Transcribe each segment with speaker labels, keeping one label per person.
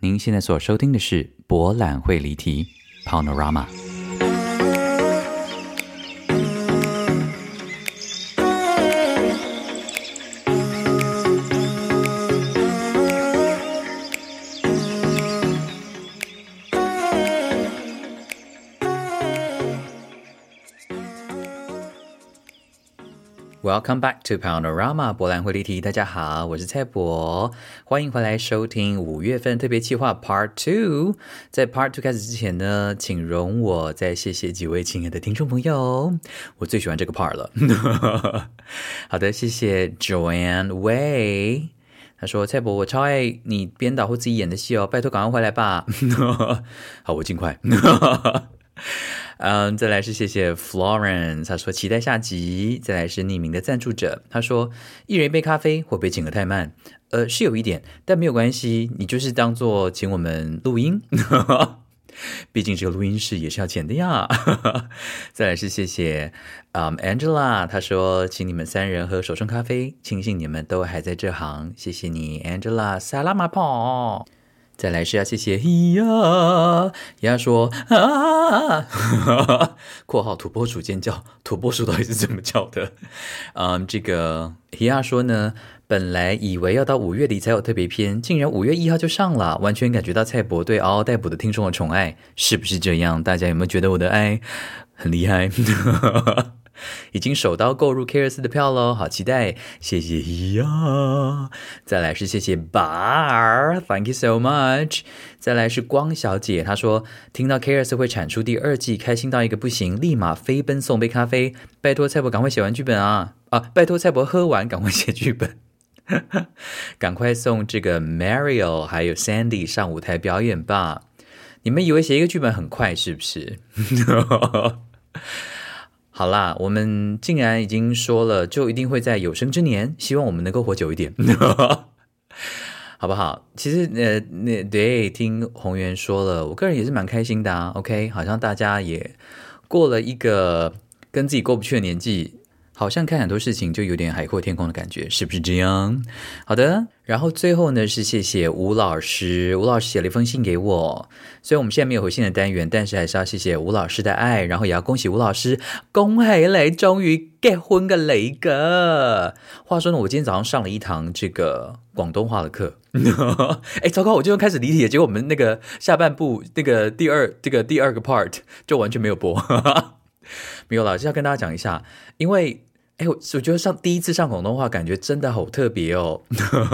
Speaker 1: 您现在所收听的是博览会离题 （Panorama）。Welcome back to Panorama 博览会立体，大家好，我是蔡博，欢迎回来收听五月份特别企划 Part Two。在 Part Two 开始之前呢，请容我再谢谢几位亲爱的听众朋友，我最喜欢这个 Part 了。 好的，谢谢 Joanne Way。他说：“蔡博，我超爱你编导或自己演的戏哦，拜托赶快回来吧。” 好，我尽快。 嗯，再来是谢谢 Florence，他说期待下集。再来是匿名的赞助者，他说一人一杯咖啡会不会请的太慢？呃，是有一点，但没有关系，你就是当做请我们录音， 毕竟这个录音室也是要钱的呀。再来是谢谢，嗯，Angela，他说请你们三人喝手冲咖啡，庆幸你们都还在这行，谢谢你，Angela，萨拉马泡。再来是要谢谢呀，也要说啊， 括号土拨鼠尖叫，土拨鼠到底是怎么叫的？嗯，这个伊亚说呢，本来以为要到五月底才有特别篇，竟然五月一号就上了，完全感觉到蔡博对嗷嗷待哺的听众的宠爱，是不是这样？大家有没有觉得我的爱很厉害？ 已经手刀购入 K 二四的票喽，好期待！谢谢呀，再来是谢谢 Bar，Thank you so much。再来是光小姐，她说听到 K 二四会产出第二季，开心到一个不行，立马飞奔送杯咖啡，拜托蔡博赶快写完剧本啊啊！拜托蔡博喝完赶快写剧本。 赶快送这个 Mario 还有 Sandy 上舞台表演吧！你们以为写一个剧本很快是不是？ 好啦，我们竟然已经说了，就一定会在有生之年，希望我们能够活久一点， 好不好？其实，呃，那对，听红源说了，我个人也是蛮开心的啊。OK，好像大家也过了一个跟自己过不去的年纪，好像看很多事情就有点海阔天空的感觉，是不是这样？好的，然后最后呢是谢谢吴老师，吴老师写了一封信给我。虽然我们现在没有回信的单元，但是还是要谢谢吴老师的 哎爱，然后也要恭喜吴老师，恭喜你终于结婚个雷个。话说呢，我今天早上上了一堂这个广东话的课， 哎，糟糕，我就开始离题了，结果我们那个下半部那个第二这个第二个 part 就完全没有播， 没有啦，就是要跟大家讲一下，因为。哎，我我觉得上第一次上广东话，感觉真的好特别哦。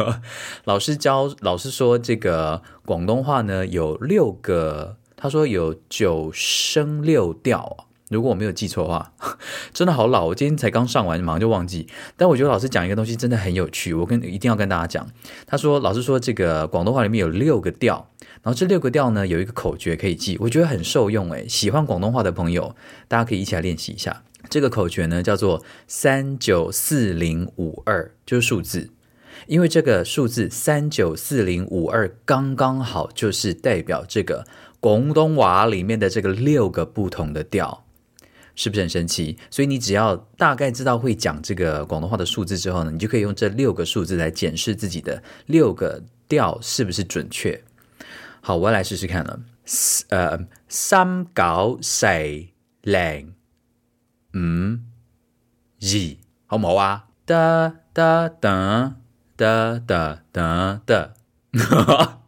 Speaker 1: 老师教，老师说这个广东话呢有六个，他说有九声六调啊如果我没有记错的话， 真的好老，我今天才刚上完，马上就忘记。但我觉得老师讲一个东西真的很有趣，我跟一定要跟大家讲。他说，老师说这个广东话里面有六个调，然后这六个调呢有一个口诀可以记，我觉得很受用。哎，喜欢广东话的朋友，大家可以一起来练习一下。这个口诀呢叫做三九四零五二，就是数字，因为这个数字三九四零五二刚刚好，就是代表这个广东话里面的这个六个不同的调，是不是很神奇？所以你只要大概知道会讲这个广东话的数字之后呢，你就可以用这六个数字来检视自己的六个调是不是准确。好，我来试试看了，呃，三九四零。五、二，好唔好啊？哒哒哒哒哒哒哒，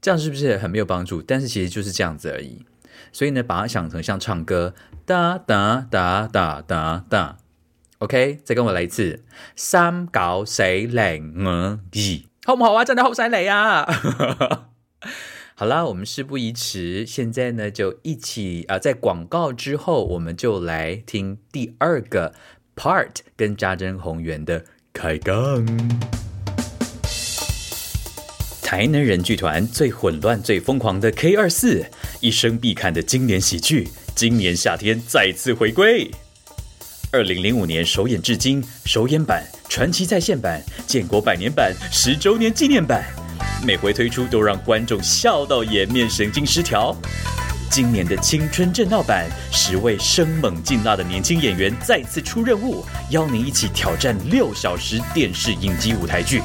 Speaker 1: 这样是不是很没有帮助？但是其实就是这样子而已。所以呢，把它想成像唱歌，哒哒哒哒哒哒。OK，再跟我来一次，三九四零五二，嗯好唔好啊？真的好犀利啊！好啦，我们事不宜迟，现在呢就一起啊、呃，在广告之后，我们就来听第二个 part 跟扎针红源的开杠。台南人剧团最混乱、最疯狂的 K 二四，一生必看的经典喜剧，今年夏天再次回归。二零零五年首演至今，首演版、传奇再现版、建国百年版、十周年纪念版。每回推出都让观众笑到颜面神经失调。今年的青春正道版，十位生猛劲辣的年轻演员再次出任务，邀您一起挑战六小时电视影集舞台剧。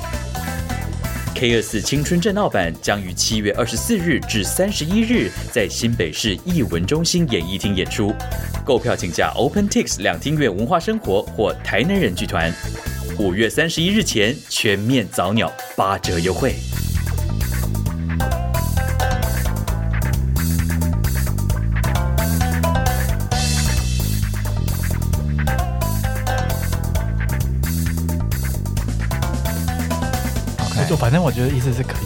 Speaker 1: K 二四青春正闹版将于七月二十四日至三十一日在新北市艺文中心演艺厅演出，购票请加 OpenTix 两厅院文化生活或台南人剧团。五月三十一日前全面早鸟八折优惠。
Speaker 2: 就反正我觉得意思是可以。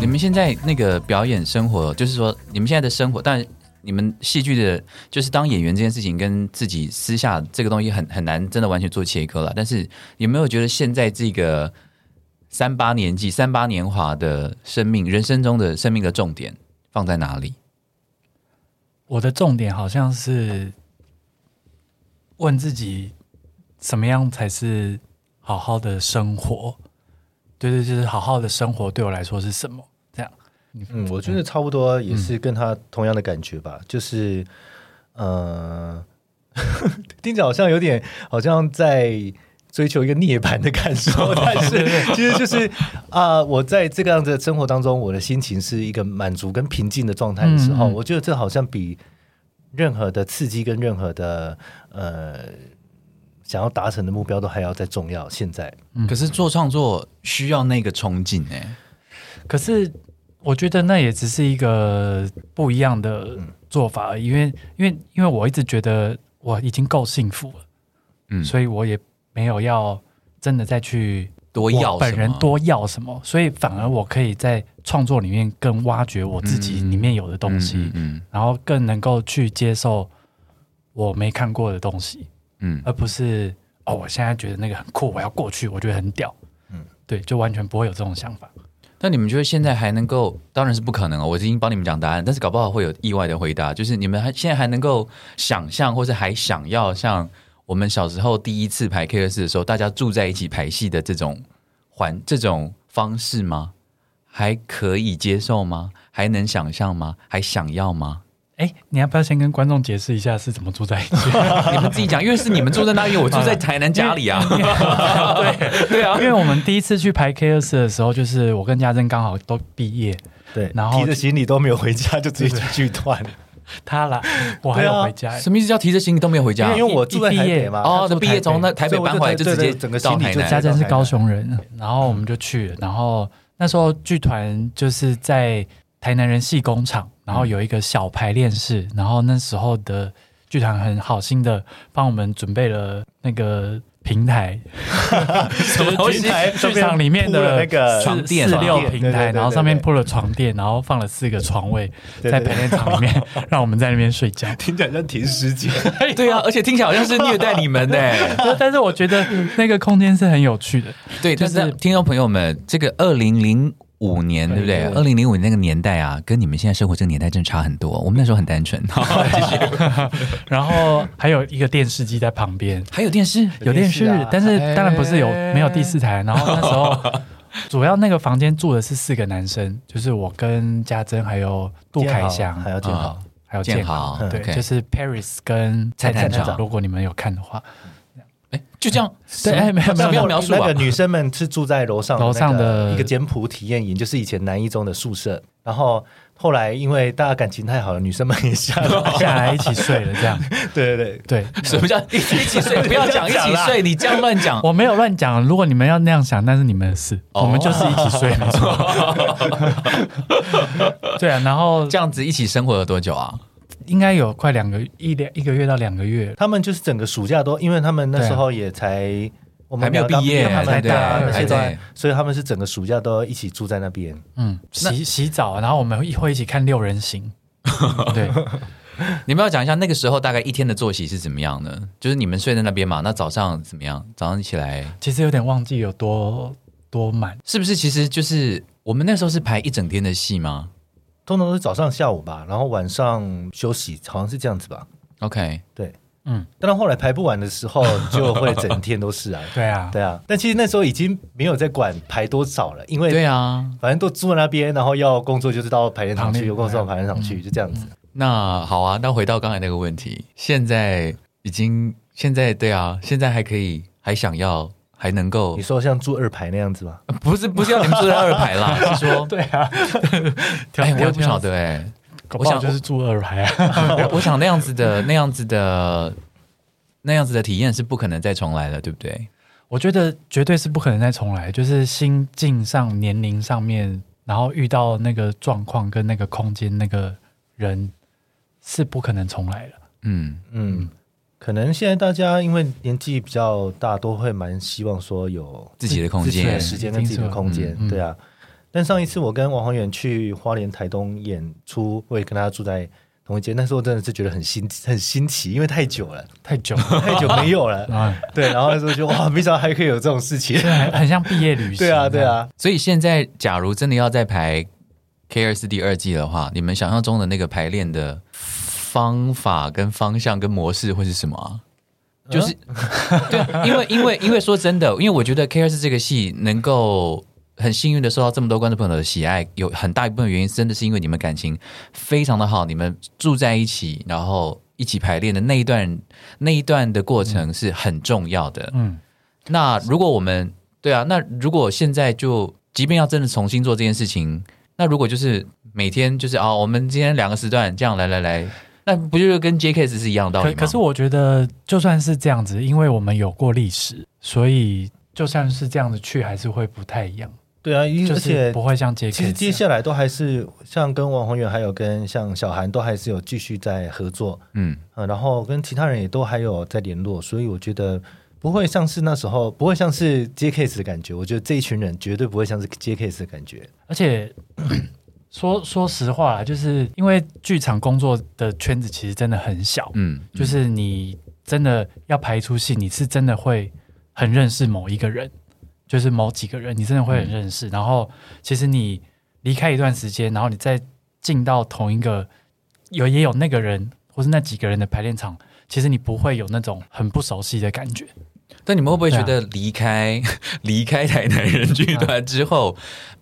Speaker 3: 你们现在那个表演生活，就是说你们现在的生活，但你们戏剧的，就是当演员这件事情跟自己私下这个东西很很难真的完全做切割了。但是有没有觉得现在这个三八年纪、三八年华的生命、人生中的生命的重点放在哪里？
Speaker 2: 我的重点好像是问自己，怎么样才是好好的生活？对对，就是好好的生活对我来说是什么？这样，
Speaker 4: 嗯，我觉得差不多也是跟他同样的感觉
Speaker 2: 嗯
Speaker 4: 吧，就是呃， 听着好像有点好像在追求一个涅槃的 感受，但是其实就是啊、我在这个样子的生活当中，我的心情是一个满足跟平静的状态的时候，
Speaker 2: 嗯嗯
Speaker 4: 我觉得这好像比任何的刺激跟任何的呃想要达成的目标都还要再重要。现在，
Speaker 3: 可是做创作需要那个冲劲哎、
Speaker 2: 可是我觉得那也只是一个不一样的做法而已，因为因为因为我一直觉得我已经够幸福了，
Speaker 3: 嗯
Speaker 2: 所以我也没有要真的再去
Speaker 3: 多要
Speaker 2: 我本人
Speaker 3: 什么
Speaker 2: 多要什么，所以反而我可以在创作里面更挖掘我自己里面有的东西，
Speaker 3: 嗯嗯
Speaker 2: 然后更能够去接受我没看过的东西，
Speaker 3: 嗯
Speaker 2: 而不是哦，我现在觉得那个很酷，我要过去，我觉得很屌，嗯，对，就完全不会有这种想法。
Speaker 3: 那你们觉得现在还能够？当然是不可能哦，我已经帮你们讲答案，但是搞不好会有意外的回答，就是你们还现在还能够想象，或是还想要像我们小时候第一次排 K 二四的时候，大家住在一起排戏的这种环 这种方式吗？还可以接受吗？还能想象吗？还想要吗？
Speaker 2: 哎，你要不要先跟观众解释一下是怎么住在一起？
Speaker 3: 你们自己讲，因为是你们住在那里，我住在台南家 里啊。对对啊
Speaker 2: 因，为我们第一次去排 K 二四的时候，就是我跟家珍刚好都毕业，
Speaker 4: 对，
Speaker 2: 然后
Speaker 4: 提着行李都没有回家，就直接去剧团。
Speaker 2: 他来，我还
Speaker 3: 啊
Speaker 2: 要回家。
Speaker 3: 什么意思叫提着行李都没有回
Speaker 4: 因
Speaker 3: 家
Speaker 4: 为因？为我住在台北嘛，
Speaker 3: 哦，
Speaker 2: 他住
Speaker 3: 毕业从那台
Speaker 4: 台北
Speaker 3: 北搬回来就直
Speaker 4: 所
Speaker 3: 接
Speaker 4: 以我就对对对整个
Speaker 3: 到
Speaker 4: 行李
Speaker 3: 台
Speaker 4: 就
Speaker 3: 南。
Speaker 2: 家珍是高雄人，然后我们就去了，然后那时候剧团就是在台南人戏工厂，然后有一个小排练室，然后那时候的剧团很好心的帮我们准备了那个平 台，什
Speaker 3: 么东西
Speaker 2: 剧场里面
Speaker 4: 上面铺了
Speaker 2: 的
Speaker 4: 那个
Speaker 3: 床垫
Speaker 2: 四六
Speaker 4: 床垫啊
Speaker 2: 平
Speaker 4: 对对
Speaker 2: 台，
Speaker 4: 对
Speaker 2: 然后
Speaker 4: 对
Speaker 2: 上面
Speaker 4: 对
Speaker 2: 铺了床垫，然后放了四个床位
Speaker 4: 对对
Speaker 2: 在排练场里面， 让我们在那边睡觉。
Speaker 4: 听起来像停尸间。
Speaker 3: 对啊，而且听起来好像是虐待你们呢、
Speaker 2: 但是我觉得那个空间是很有趣的，
Speaker 3: 对，
Speaker 2: 就
Speaker 3: 但
Speaker 2: 是
Speaker 3: 是听众朋友们，这个二零零五年，对不对？二零零五年那个年代啊，跟你们现在生活这个年代真的差很多。我们那时候很单纯，
Speaker 2: 然后还有一个电视机在旁边，
Speaker 3: 还有电视，
Speaker 2: 有电视，
Speaker 4: 有电视啊
Speaker 2: 但是当然不是有
Speaker 3: 哎
Speaker 2: 没有第四台。然后那时候主要那个房间住的是四个男生，就是我跟家珍还有杜凯翔，
Speaker 4: 还要
Speaker 3: 建豪
Speaker 4: 建好，
Speaker 2: 还有
Speaker 3: 建
Speaker 2: 建
Speaker 3: 豪嗯
Speaker 2: 豪，对，
Speaker 3: OK
Speaker 2: 就是 Paris 跟
Speaker 3: 蔡
Speaker 2: 蔡
Speaker 3: 探
Speaker 2: 探
Speaker 3: 长
Speaker 2: 长。如果你们有看的话，
Speaker 3: 哎，就这样，
Speaker 2: 对，哎，没有没
Speaker 3: 什么
Speaker 2: 有
Speaker 3: 样，描述啊
Speaker 4: 那个女生们是住在楼上
Speaker 2: 楼上的
Speaker 4: 那个一个简朴体验营，就是以前南一中的宿舍。然后后来因为大家感情太好了，女生们也下来。
Speaker 2: 下来一起睡了这样。
Speaker 4: 对对对，
Speaker 2: 对，
Speaker 3: 什么 叫一起睡？不要讲一起睡，你这样乱讲。
Speaker 2: 我没有乱讲，如果你们要那样想，那是你们的事，
Speaker 3: 哦
Speaker 2: 我们就是一起睡，没错。对啊，然后
Speaker 3: 这样子一起生活了多久啊？
Speaker 2: 应该有快两个一两一个月到两个月，
Speaker 4: 他们就是整个暑假都，因为他们那
Speaker 2: 对啊
Speaker 4: 时候也才。我
Speaker 3: 还
Speaker 4: 们
Speaker 3: 没有毕业
Speaker 4: 聊到他
Speaker 3: 对
Speaker 4: 们
Speaker 3: 对
Speaker 4: 大
Speaker 2: 还
Speaker 4: 那些都
Speaker 3: 在，
Speaker 4: 所以他们是整个暑假都一起住在那边。
Speaker 2: 嗯，洗洗澡，然后我们会会一起看六人行。对，
Speaker 3: 你们要讲一下那个时候大概一天的作息是怎么样呢？就是你们睡在那边嘛，那早上怎么样？早上起来
Speaker 2: 其实有点忘记有多多满，
Speaker 3: 是不是？其实就是我们那时候是排一整天的戏吗
Speaker 4: 通常都是早上、下午吧，然后晚上休息，好像是这样子吧。
Speaker 3: ？OK，
Speaker 4: 对，
Speaker 2: 嗯，
Speaker 4: 但到后来排不完的时 候，就会整天都是啊。
Speaker 2: 对啊，
Speaker 4: 对啊，但其实那时候已经没有在管排多少了，因为
Speaker 3: 对啊，
Speaker 4: 反正都住在那边，然后要工作就是到排练嗯场
Speaker 2: 旁
Speaker 4: 去，
Speaker 2: 边
Speaker 4: 有工作到排练场去，就这样子。
Speaker 3: 那好啊，那回到刚才那个问题，现在已经现在对啊，现在还可以，还想要，还能够
Speaker 4: 你说像住二排那样子吗？
Speaker 3: 不是不是要你们坐在二排啦， 是说
Speaker 2: 对啊，
Speaker 3: 哎，我也不晓
Speaker 2: 想，
Speaker 3: 得哎，
Speaker 2: 搞
Speaker 3: 我
Speaker 2: 不
Speaker 3: 想
Speaker 2: 好就是住二排啊。
Speaker 3: 我我想那样子的那样子的那样子的体验是不可能再重来了，对不对？
Speaker 2: 我觉得绝对是不可能再重来，就是心境上、年龄上面，然后遇到那个状况跟那个空间、那个人是不可能重来了。
Speaker 3: 嗯，
Speaker 4: 嗯，可能现在大家因为年纪比较大，都会蛮希望说有
Speaker 3: 自己的空
Speaker 4: 自己的
Speaker 3: 间，
Speaker 4: 时间跟自己的空间，
Speaker 2: 嗯
Speaker 4: 对啊。但上一次我跟王宏远去花莲、台东演出，我也跟他住在同一间，那时候真的是觉得很新很新奇，因为太久了，
Speaker 2: 太久了，
Speaker 4: 太久 没有了。
Speaker 2: 啊，
Speaker 4: 对，然后那时候就哇，没想到还可以有这种事 情。
Speaker 2: 很很像毕业旅行。
Speaker 4: 对啊，对，啊，
Speaker 3: 所以现在假如真的要再排 K 二四第二季的话，你们想象中的那个排练的方法、跟方向、跟模式会是什么啊？就是、 对啊，因为因为因为说真的，因为我觉得 K 二四这个戏能够。很幸运的受到这么多观众朋友的喜爱，有很大一部分原因真的是因为你们感情非常的好，你们住在一起，然后一起排练的那一段那一段的过程是很重要的。
Speaker 2: 嗯，
Speaker 3: 那如果我们对啊，那如果现在就，即便要真的重新做这件事情，那如果就是每天就是啊、我们今天两个时段这样来来来，那不就是跟 J K 是一样的道理吗？
Speaker 2: 可可是我觉得，就算是这样子，因为我们有过历史，所以就算是这样子去，还是会不太一样，
Speaker 4: 对啊，因为
Speaker 2: 就
Speaker 4: 而
Speaker 2: 是
Speaker 4: 且
Speaker 2: 不会像 JK 这样。
Speaker 4: 其实接下来都还是像跟王宏远，还有跟像小韩都还是有继续在合作，
Speaker 3: 嗯，
Speaker 4: 呃，然后跟其他人也都还有在联络，所以我觉得不会像是那时候，不会像是接 case 的感觉。我觉得这一群人绝对不会像是接 case 的感觉。
Speaker 2: 而且 说说实话啦，就是因为剧场工作的圈子其实真的很小，
Speaker 3: 嗯，嗯
Speaker 2: 就是你真的要排一出戏，你是真的会很认识某一个人，就是某几个人，你真的会很认识。然后其实你离开一段时间，然后你再进到同一个有也有那个人或是那几个人的排练场，其实你不会有那种很不熟悉的感觉。
Speaker 3: 但你们会不会
Speaker 2: 对啊
Speaker 3: 觉
Speaker 2: 嗯
Speaker 3: 得离开、 离开台南人剧团之后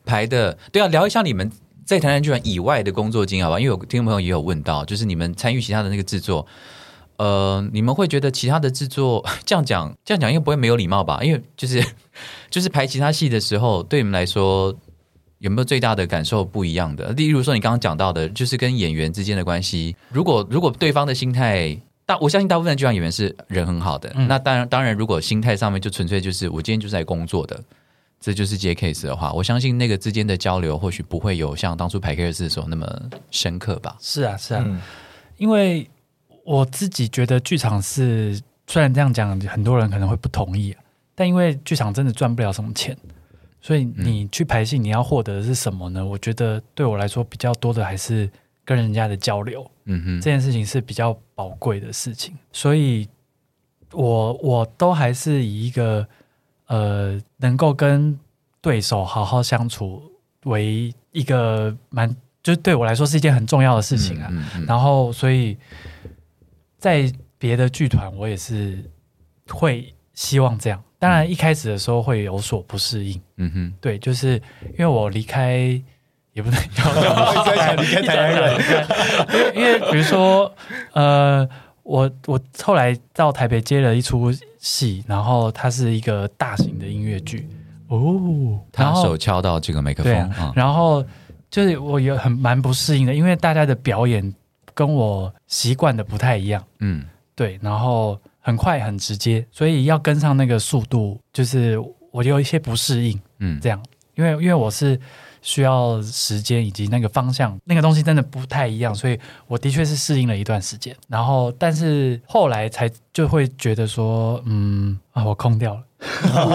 Speaker 3: 排的？对啊，聊一下你们在台南剧团以外的工作经验好吧？因为我听众朋友也有问到，就是你们参与其他的那个制作，呃，你们会觉得其他的制作这样讲，这样讲应该不会没有礼貌吧？因为就是 就是排其他戏的时候，对你们来说。有没有最大的感受不一样的？例如说，你刚刚讲到的，就是跟演员之间的关系。如果如果对方的心态，大我相信大部分的剧场演员是人很好的。
Speaker 2: 嗯
Speaker 3: 那当然，当然，如果心态上面就纯粹就是我今天就是来工作的，这就是接 case 的话，我相信那个之间的交流或许不会有像当初排 case 的时候那么深刻吧。
Speaker 2: 是啊，是
Speaker 4: 嗯，
Speaker 2: 因为我自己觉得剧场是，虽然这样讲，很多人可能会不同意，啊但因为剧场真的赚不了什么钱，所以
Speaker 3: 嗯
Speaker 2: 你去排戏，你要获得的是什么呢？我觉得对我来说比较多的还是跟人家的交流，
Speaker 3: 嗯哼，
Speaker 2: 这件事情是比较宝贵的事情，所以我我都还是以一个呃能够跟对手好好相处为一个蛮，就是对我来说是一件很重要的事情啊。
Speaker 3: 嗯嗯
Speaker 2: 然后所以在别的剧团，我也是会希望这样。当然，一开始的时候会有所不适应，
Speaker 3: 嗯哼，
Speaker 2: 对，就是因为我离开也不能
Speaker 4: 离开台南人，
Speaker 2: 因为因为比如说，呃，我我后来到台北接了一出戏，然后它是一个大型的音乐剧哦，然
Speaker 3: 他
Speaker 2: 后
Speaker 3: 手敲到这个麦克风
Speaker 2: 对啊
Speaker 3: 啊，
Speaker 2: 然后就是我也很蛮不适应的，因为大家的表演跟我习惯的不太一样，
Speaker 3: 嗯
Speaker 2: 对，然后很快很直接，所以要跟上那个速度，就是我有一些不适应。
Speaker 3: 嗯
Speaker 2: 这样，因为因为我是需要时间以及那个方向，那个东西真的不太一样，所以我的确是适应了一段时间。然后，但是后来才就会觉得说，嗯啊，我空掉了。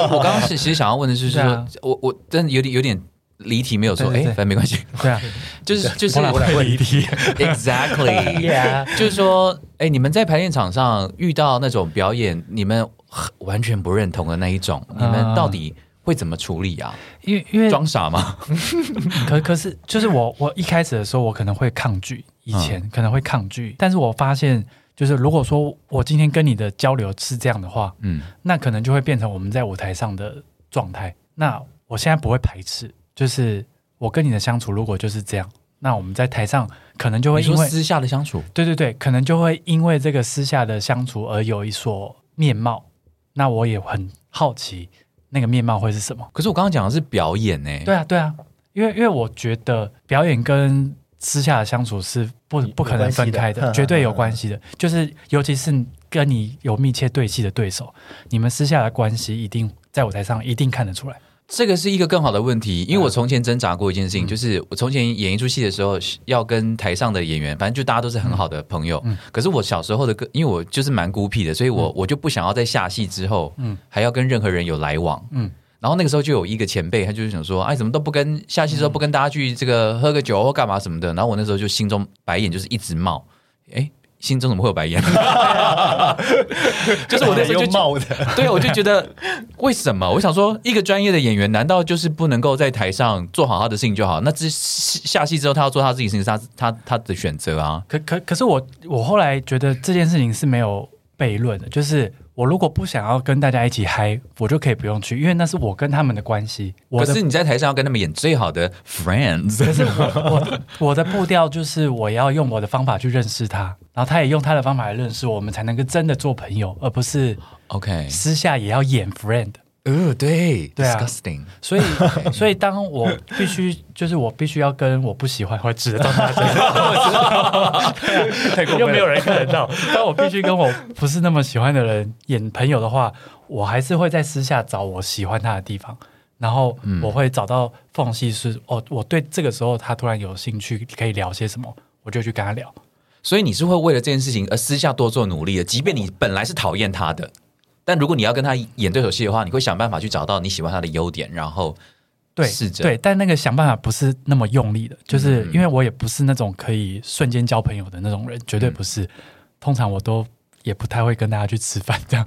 Speaker 3: 我刚刚是其实想要问的就是说，
Speaker 2: 对啊
Speaker 3: 我我真的有点有点离题没有说，哎、
Speaker 2: 对对对
Speaker 3: 反正没关系，
Speaker 2: 对啊，
Speaker 3: 就是就是
Speaker 2: 我哪会离题？
Speaker 3: exactly，
Speaker 2: Yeah
Speaker 3: 就是说，哎、你们在排练场上遇到那种表演，你们很完全不认同的那一种，你
Speaker 2: 啊
Speaker 3: 们到底会怎么处理啊？
Speaker 2: 因为因为
Speaker 3: 装傻吗？
Speaker 2: 可可是就是我我一开始的时候，我可能会抗拒，
Speaker 3: 嗯
Speaker 2: 以前可能会抗拒，但是我发现。就是如果说我今天跟你的交流是这样的话，
Speaker 3: 嗯
Speaker 2: 那可能就会变成我们在舞台上的状态。那我现在不会排斥，就是我跟你的相处如果就是这样，那我们在台上可能就会
Speaker 3: 你
Speaker 2: 因
Speaker 3: 说
Speaker 2: 为
Speaker 3: 私下的相处，
Speaker 2: 对对对，可能就会因为这个私下的相处而有一所面貌。那我也很好奇，那个面貌会是什么。
Speaker 3: 可是我刚刚讲的是表演呢、欸
Speaker 2: 对啊，对啊，因为因为我觉得表演跟私下的相处是不不可能分开
Speaker 4: 有
Speaker 2: 的，
Speaker 4: 关系的
Speaker 2: 绝对有关系的。就是尤其是跟你有密切对戏的对手，你们私下的关系一定在舞台上一定看得出来。
Speaker 3: 这个是一个更好的问题，因为我从前挣扎过一件事情，就是我从前演一出戏的时候，要跟台上的演员，反正就大家都是很好的朋友。可是我小时候的个，因为我就是蛮孤僻的，所以我、我就不想要在下戏之后，嗯，还要跟任何人有来往，嗯
Speaker 2: 嗯。
Speaker 3: 然后那个时候就有一个前辈，他就是想说，哎，怎么都不跟下戏之后不跟大家去这个喝个酒或干嘛什么的。然后我那时候就心中白眼就是一直冒，哎，心中怎么会有白眼？ 就是我那时候就
Speaker 4: 又
Speaker 3: 觉得
Speaker 4: 冒的，
Speaker 3: 对，我就觉得为什么？我想说，一个专业的演员，难道就是不能够在台上做好他的事情就好？那之下戏之后，他要做他自己的事情，是他他他的选择啊。
Speaker 2: 可可可是我我后来觉得这件事情是没有悖论的，就是我如果不想要跟大家一起嗨，我就可以不用去，因为那是我跟他们的关系。我
Speaker 3: 可
Speaker 2: 的
Speaker 3: 是你在台上要跟他们演最好的 Friends，
Speaker 2: 可是我我我的步调就是我要用我的方法去认识他，然后他也用他的方法来认识我，我们才能够真的做朋友，而不是
Speaker 3: OK，
Speaker 2: 私下也要演 friend。
Speaker 3: 呃，对
Speaker 2: 对啊
Speaker 3: ，disgusting，
Speaker 2: 所以，所以当我必须就是我必须要跟我不喜欢或指得到他的人，又没有人看得到，但我必须跟我不是那么喜欢的人演朋友的话，我还是会在私下找我喜欢他的地方。然后我会找到缝隙是，哦，我对这个时候他突然有兴趣，可以聊些什么，我就去跟他聊。
Speaker 3: 所以你是会为了这件事情而私下多做努力的，即便你本来是讨厌他的，但如果你要跟他演对手戏的话，你会想办法去找到你喜欢他的优点，然后
Speaker 2: 对，
Speaker 3: 试着嗯
Speaker 2: 对，但那个想办法不是那么用力的，就是因为我也不是那种可以瞬间交朋友的那种人，绝对
Speaker 3: 嗯
Speaker 2: 不是。通常我都也不太会跟大家去吃饭，这样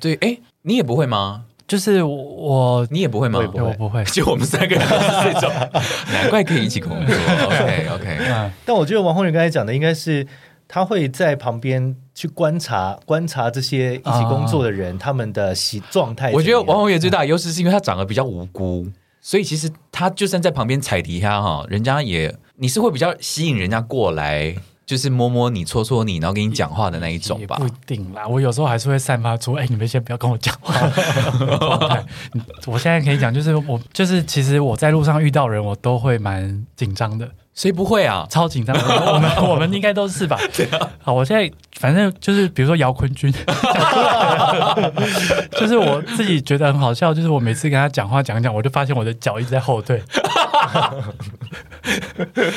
Speaker 3: 对，哎，你也不会吗？
Speaker 2: 就是我我
Speaker 3: 你也不会吗？
Speaker 4: 我也不会
Speaker 2: 我不会，
Speaker 3: 就我们三个人是这种，哎难怪可以一起工作。OK OK，
Speaker 2: 嗯，
Speaker 4: 但我觉得王宏远刚才讲的应该是他会在旁边去观察观察这些一起工作的人、他们的习状态怎
Speaker 3: 啊我
Speaker 4: 么样。
Speaker 3: 觉得王宏源最大的优势是因为他长得比较无辜，所以其实他就算在旁边踩底下哈，人家也你是会比较吸引人家过来，就是摸摸你、搓搓你，然后跟你讲话的那一种
Speaker 2: 也
Speaker 3: 吧
Speaker 2: 不。一定啦。我有时候还是会散发出，哎、你们先不要跟我讲 话。状态嗯我现在可以讲，就是我就是其实我在路上遇到人，我都会蛮紧张的。
Speaker 3: 谁不会啊？
Speaker 2: 超紧张，我我们我们应该都 是吧？好，我现在反正就是比如说姚坤君， 就是我自己觉得很好笑，就是我每次跟他讲话讲一讲，我就发现我的脚一直在后退，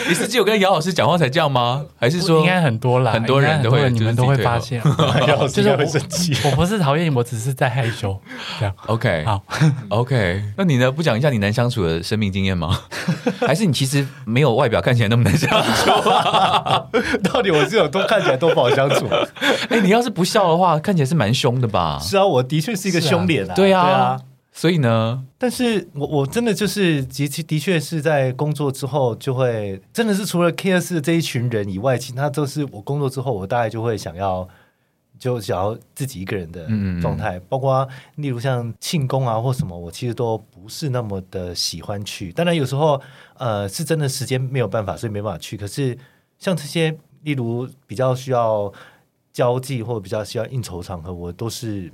Speaker 3: 你是只有跟姚老师讲话才这样吗？还是说
Speaker 2: 应该很多啦，
Speaker 3: 很多人
Speaker 2: 应该
Speaker 3: 都会
Speaker 2: 很多你们都会发现，
Speaker 4: 姚老
Speaker 2: 就
Speaker 4: 师
Speaker 2: 是
Speaker 4: 应该
Speaker 2: 我
Speaker 4: 会生气。
Speaker 2: 我不是讨厌你，我只是在害羞。这样
Speaker 3: OK
Speaker 2: 好，
Speaker 3: OK，那你呢？不讲一下你难相处的生命经验 吗？还是你其实没有外表看起来那么难 相处？
Speaker 4: 到底我这种都看起来都不好相处？
Speaker 3: 哎、你要是不笑的话，看起来是蛮凶的吧？
Speaker 4: 是啊，我的确是一个
Speaker 2: 是啊
Speaker 4: 凶脸啊
Speaker 3: 对啊，
Speaker 4: 对啊。
Speaker 3: 所以呢，
Speaker 4: 但是我我真的就是的确的确是在工作之后就会，真的是除了 K S 这一群人以外，其他都是我工作之后，我大概就会想要就想要自己一个人的
Speaker 3: 嗯嗯嗯
Speaker 4: 状态，包括例如像庆功啊或什么，我其实都不是那么的喜欢去。当然有时候呃是真的时间没有办法，所以没办法去。可是像这些例如比较需要交际或者比较需要应酬场合，我都是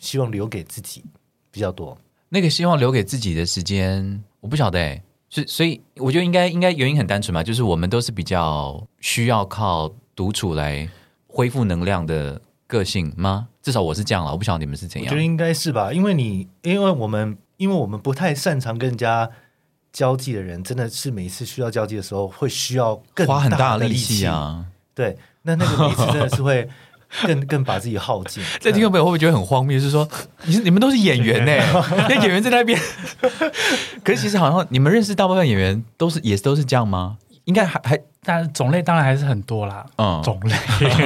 Speaker 4: 希望留给自己比较多。
Speaker 3: 那个希望留给自己的时间，我不晓得、欸，所以所以我觉得应该应该原因很单纯吧，就是我们都是比较需要靠独处来恢复能量的个性吗？至少我是这样了，我不晓得你们是怎
Speaker 4: 我
Speaker 3: 样
Speaker 4: 觉得。应该是吧，因为你因为我们因为我们不太擅长跟人家交际的人，真的是每一次需要交际的时候，会需要更
Speaker 3: 花很
Speaker 4: 大
Speaker 3: 的
Speaker 4: 力
Speaker 3: 力气！啊！
Speaker 4: 对，那那个每一次真的是会 更更把自己耗 尽。
Speaker 3: 这听众朋友会不会觉得很荒谬？就是说，你是你们都是演员呢、欸那演员在那边，可是其实好像你们认识大部分演员都是也都是这样吗？应该还还
Speaker 2: 但种类当然还是很多啦，
Speaker 3: 嗯
Speaker 2: 种类，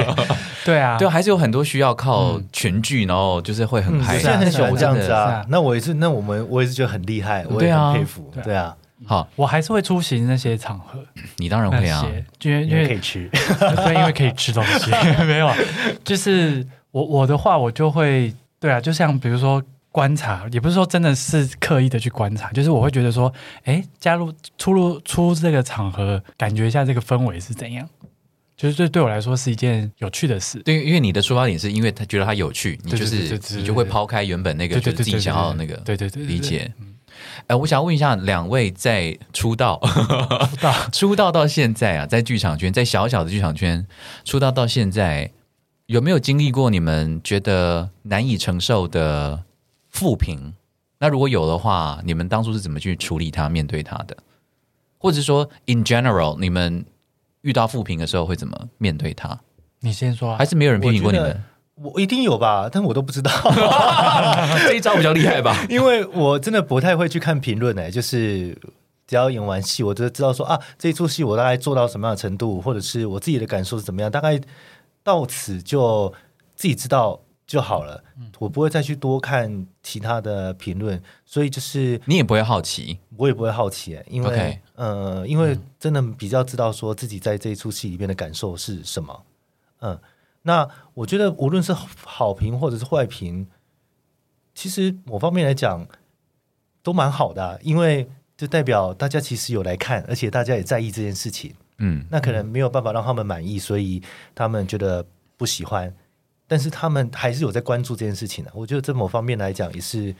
Speaker 2: 对啊，
Speaker 3: 对，还是有很多需要靠群聚，然后就是会很
Speaker 4: 嗯，
Speaker 3: 嗨。
Speaker 4: 有些人很喜欢这样
Speaker 3: 真的
Speaker 4: 子
Speaker 2: 是啊
Speaker 4: 啊。那我也是，那我们我也是觉得很厉害，我
Speaker 3: 对
Speaker 4: 也
Speaker 3: 啊
Speaker 4: 很佩服。
Speaker 2: 对啊
Speaker 4: 对啊，
Speaker 3: 好，
Speaker 2: 我还是会出席那些场合，
Speaker 3: 你当然
Speaker 2: 那
Speaker 3: 会
Speaker 2: 些，
Speaker 3: 啊。
Speaker 2: 因为因
Speaker 4: 因为
Speaker 2: 为
Speaker 4: 可以吃。
Speaker 2: 对，因为可以吃东西，没有啊，就是我我的话，我就会对啊，就像比如说观察，也不是说真的是刻意的去观察，就是我会觉得说，哎，加入出入出这个场合，感觉一下这个氛围是怎样，就是这对我来说是一件有趣的事。
Speaker 3: 对，因为你的出发点是因为他觉得它有趣，你就
Speaker 2: 对对对
Speaker 3: 是
Speaker 2: 对对对
Speaker 3: 你就会抛开原本那个
Speaker 2: 对
Speaker 3: 就
Speaker 2: 对
Speaker 3: 是
Speaker 2: 对，
Speaker 3: 自己
Speaker 2: 对
Speaker 3: 想要的那个
Speaker 2: 对对对对嗯
Speaker 3: 理解。哎，我想问一下，两位在出 道出道 出道到现在啊，在剧场圈，在小小的剧场圈出道到现在，有没有经历过你们觉得难以承受的负评？那如果有的话，你们当初是怎么去处理它、面对它的？或者说，in general，你们遇到负评的时候会怎么面对它？
Speaker 2: 你先说啊
Speaker 3: 哦还，是没有人批评过你
Speaker 4: 我觉
Speaker 3: 们
Speaker 4: 得？我一定有吧，但我都不知道，
Speaker 3: 这一招比较厉害吧？
Speaker 4: 因为我真的不太会去看评论诶，就是只要演完戏，我就知道说啊，这一出戏我大概做到什么样的程度，或者是我自己的感受是怎么样，大概到此就自己知道就好了。我不会再去多看其他的评论，所以就是
Speaker 3: 你也不会好奇，
Speaker 4: 我也不会好奇诶，因为
Speaker 3: OK 嗯
Speaker 4: 呃，因为真的比较知道说自己在这一出戏里面的感受是什么。嗯，那我觉得无论是好评或者是坏评，其实某方面来讲都蛮好的啊、因为就代表大家其实有来看，而且大家也在意这件事情。
Speaker 3: 嗯，
Speaker 4: 那可能没有办法让他们满意，所以他们觉得不喜欢，但是他们还是有在关注这件事情的、我觉得这某方面来讲也是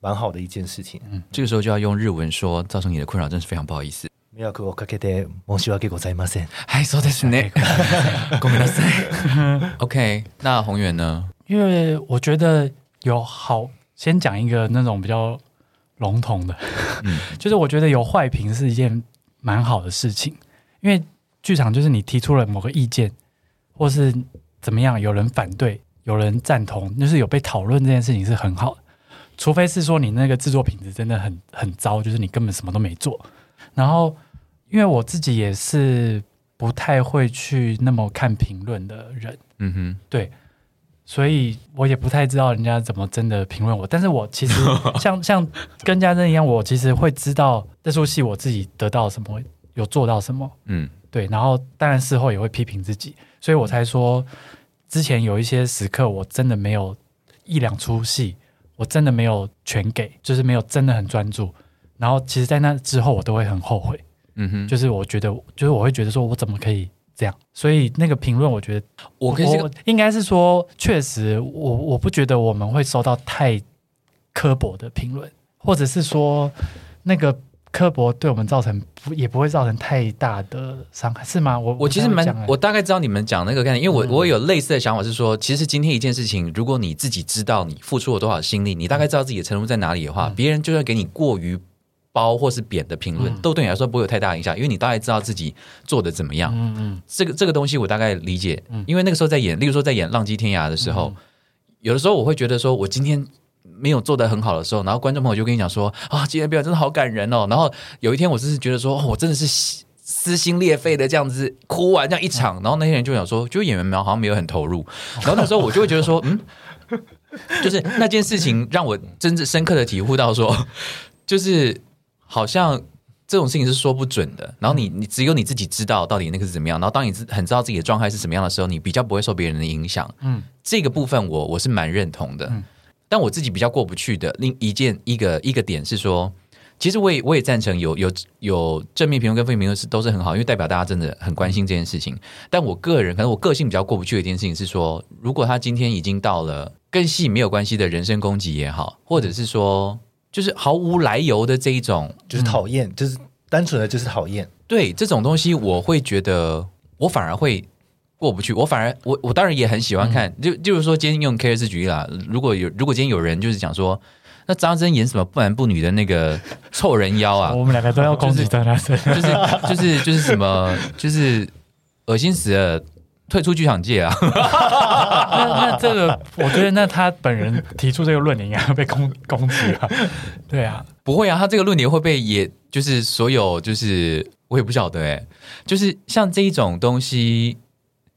Speaker 4: 蛮好的一件事情。
Speaker 3: 这个时候就要用日文说，造成你的困扰，真是非常不好意思。
Speaker 4: 迷惑をかけて申し訳ございません。
Speaker 3: 嗨，そう ですね。ごめんなさい。OK，那 宏远呢？
Speaker 2: 因为我觉得有好，先讲一个那种比较笼统的， 就是我觉得有坏评是一件蛮好的事情，因为剧场就是你提出了某个意见，或是怎么样，有人反对，有人赞同，就是有被讨论这件事情是很好的，除非是说你那个制作品质真的很很糟，就是你根本什么都没做。然后，因为我自己也是不太会去那么看评论的人。
Speaker 3: 嗯哼，
Speaker 2: 对，所以我也不太知道人家怎么真的评论我，但是我其实像像跟家珍一样，我其实会知道这出戏我自己得到什么，有做到什么，
Speaker 3: 嗯，
Speaker 2: 对，然后当然事后也会批评自己，所以我才说之前有一些时刻我真的没有一两出戏，我真的没有全给，就是没有真的很专注，然后其实，在那之后我都会很后悔。
Speaker 3: 嗯哼，
Speaker 2: 就是我觉得，就是我会觉得说，我怎么可以这样？所以那个评论，我觉得
Speaker 3: 我跟这个
Speaker 2: 应该是说，确实我，我不觉得我们会收到太刻薄的评论，或者是说那个刻薄对我们造成不也不会造成太大的伤害，是吗？我
Speaker 3: 我其实
Speaker 2: 不太会
Speaker 3: 蛮
Speaker 2: 讲欸，
Speaker 3: 我大概知道你们讲那个概念，因为我、我有类似的想法是说，其实今天一件事情，如果你自己知道你付出了多少心力，你大概知道自己的程度在哪里的话，别人就算给你过于褒或是贬的评论，都对你来说不会有太大影响，因为你大概知道自己做的怎么样。
Speaker 2: 嗯嗯
Speaker 3: 这个这个东西我大概理解，因为那个时候在演，例如说在演《浪迹天涯》的时候，有的时候我会觉得说，我今天没有做的很好的时候，然后观众朋友就跟你讲说，啊，今天表演真的好感人哦。然后有一天我真是觉得说，哦我真的是撕撕心裂肺的这样子哭完这样一场，然后那些人就想说，就演员们好像没有很投入，然后那时候我就会觉得说，嗯，就是那件事情让我真正深刻的体悟到说，就是好像这种事情是说不准的。然后你你只有你自己知道到底那个是怎么样。然后当你自很知道自己的状态是什么样的时候，你比较不会受别人的影响。
Speaker 2: 嗯，
Speaker 3: 这个部分我我是蛮认同的。但我自己比较过不去的另一件一个一个点是说，其实我也我也赞成有有有正面评论跟负面评论是都是很好，因为代表大家真的很关心这件事情。但我个人可能我个性比较过不去的一件事情是说，如果他今天已经到了跟戏没有关系的人身攻击也好，或者是说就是毫无来由的这一种
Speaker 4: 就是讨厌，就是单纯的就是讨厌。
Speaker 3: 对这种东西，我会觉得我反而会过不去。我反而我我当然也很喜欢看，就就是说，今天用 K 二四举例啦。如果有如果今天有人就是讲说，那张真演什么不男不女的那个臭人妖啊，
Speaker 2: 我们两个都要攻击在 那身，
Speaker 3: 就是就是就是什么，就是恶心死了，退出剧场界啊！
Speaker 2: 那那这个，我觉得那他本人提出这个论点应该会被攻攻击吧？对啊，
Speaker 3: 不会啊，他这个论点会不会也就是所有就是我也不晓得哎、就是像这一种东西。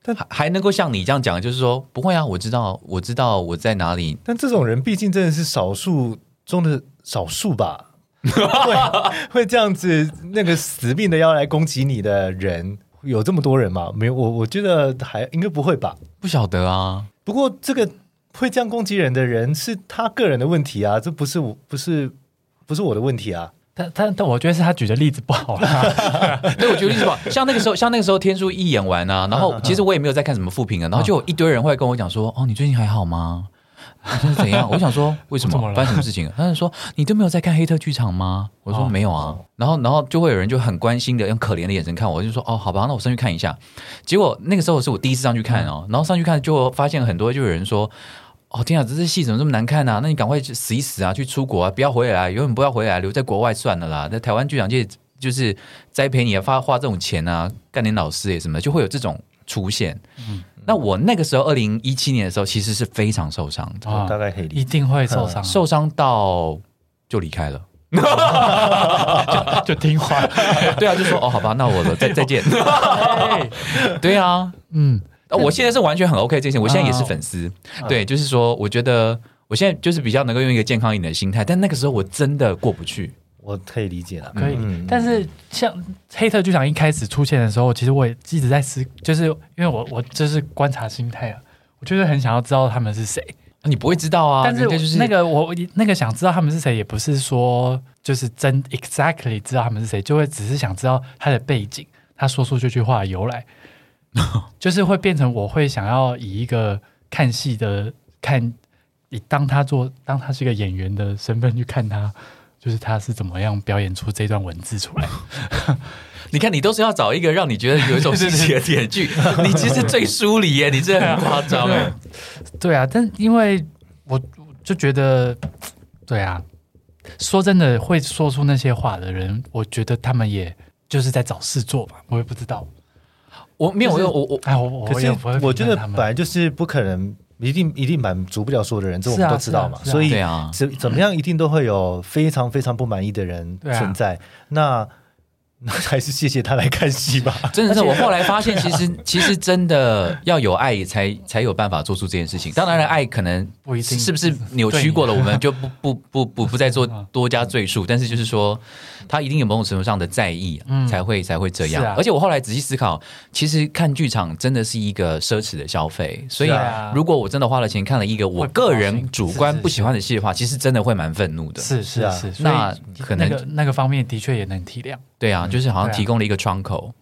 Speaker 4: 但
Speaker 3: 还还能够像你这样讲，就是说不会啊，我知道，我知道我在哪里，
Speaker 4: 但这种人毕竟真的是少数中的少数吧，会会这样子那个死命的要来攻击你的人，有这么多人吗？没有，我我觉得还应该不会吧。
Speaker 3: 不晓得啊，
Speaker 4: 不过这个会这样攻击人的人是他个人的问题啊，这不是我不是不是我的问题啊。
Speaker 2: 但但但我觉得是他举的例子不好啦。
Speaker 3: 对，我觉得是 吧？像那个时候，像那个时候天书一演完啊，然
Speaker 2: 嗯
Speaker 3: 后其实我也没有在看什么复评啊，然后就有一堆人会来跟我讲说：“哦，你最近还好吗？”你最近怎样？我想说，为什
Speaker 2: 我怎么
Speaker 3: 么
Speaker 2: 了
Speaker 3: 发生什么事情？他就说你都没有在看黑特剧场吗？我说
Speaker 2: 哦
Speaker 3: 没有啊。然后，然后就会有人就很关心的用可怜的眼神看我，我就说哦，好吧，那我上去看一下。结果那个时候是我第一次上去看
Speaker 2: 嗯
Speaker 3: 哦，然后上去看就发现很多就有人说哦天啊，这支戏怎么这么难看啊？那你赶快去死一死啊，去出国啊，不要回来，永远不要回来，留在国外算了啦。在台湾剧场界就是栽培你啊，发花这种钱啊，干点老师也什么的，就会有这种出现。
Speaker 2: 嗯
Speaker 3: 那我那个时候二零一七年的时候，其实是非常受伤的，
Speaker 2: 啊
Speaker 4: 哦大概可以理
Speaker 2: 一
Speaker 4: 解。
Speaker 2: 定会受伤啊，
Speaker 3: 受伤到就离开了。嗯
Speaker 2: 就听话。
Speaker 3: 对啊，就 说哦，好吧，那我了，再再见。 对啊，
Speaker 2: 哎嗯，
Speaker 3: 呃我现在是完全很 OK 这件事，我现在也是粉丝。
Speaker 4: 啊
Speaker 3: 对，就是说，我觉得我现在就是比较能够用一个健康一点的心态，但那个时候我真的过不去。
Speaker 4: 我可以理解了，
Speaker 2: 可以
Speaker 4: 嗯。
Speaker 2: 但是像黑特剧场一开始出现的时候，其实我也一直在思，就是因为我我就是观察心态啊，我就是很想要知道他们是谁。
Speaker 3: 你不会知道啊，
Speaker 2: 但是
Speaker 3: 人家就是
Speaker 2: 那个我那个想知道他们是谁，也不是说就是真 exactly 知道他们是谁，就会只是想知道他的背景，他说出这句话的由 来，就是会变成我会想要以一个看戏的看，以当他做当他是一个演员的身份去看他。就是他是怎么样表演出这段文字出来？
Speaker 3: 你看，你都是要找一个让你觉得有一 种新奇的点剧，你其实最疏离耶，你真的很夸张哎。
Speaker 2: 对啊，但因为我就觉得，对啊，说真的，会说出那些话的人，我觉得他们也就是在找事做吧，我也不知道。
Speaker 3: 我没有，
Speaker 2: 就是
Speaker 3: 我我我
Speaker 2: 哎，我我
Speaker 4: 可
Speaker 2: 也
Speaker 4: 是
Speaker 2: 不会
Speaker 4: 我觉得
Speaker 2: 评判他
Speaker 4: 本
Speaker 2: 们
Speaker 4: 来就是不可能，一定一定满足不了所有的人，这我
Speaker 2: 是
Speaker 4: 们
Speaker 2: 啊
Speaker 4: 都知道嘛。
Speaker 2: 是啊是啊
Speaker 4: 所以
Speaker 3: 对啊
Speaker 4: 怎怎么样，一定都会有非常非常不满意的人
Speaker 2: 对啊
Speaker 4: 存在。那 那还是谢谢他来看 戏吧。
Speaker 3: 真的是我后来发现，其实其实真的要有爱才才有办法做出这件事情。当然了，爱可能
Speaker 2: 不一定
Speaker 3: 是不是扭曲过了，我们就不不不不不再 做
Speaker 2: 啊
Speaker 3: 多加赘述。但是就是说，他一定有某种程度上的在意，啊
Speaker 2: 嗯
Speaker 3: 才会才会这样
Speaker 2: 是啊。
Speaker 3: 而且我后来仔细思考，其实看剧场真的是一个奢侈的消费，所以
Speaker 4: 是
Speaker 2: 啊
Speaker 3: 如果我真的花了钱看了一个我个
Speaker 2: 会不
Speaker 3: 人
Speaker 2: 高兴
Speaker 3: 主观
Speaker 2: 是是
Speaker 3: 不喜欢的戏的话，其实真的会蛮愤怒的。
Speaker 2: 是是
Speaker 4: 是啊
Speaker 2: 是，所以
Speaker 3: 那可能
Speaker 2: 那个那个方面的确也能体谅。
Speaker 3: 对啊，就是好像
Speaker 2: 对啊
Speaker 3: 提供了一个窗口。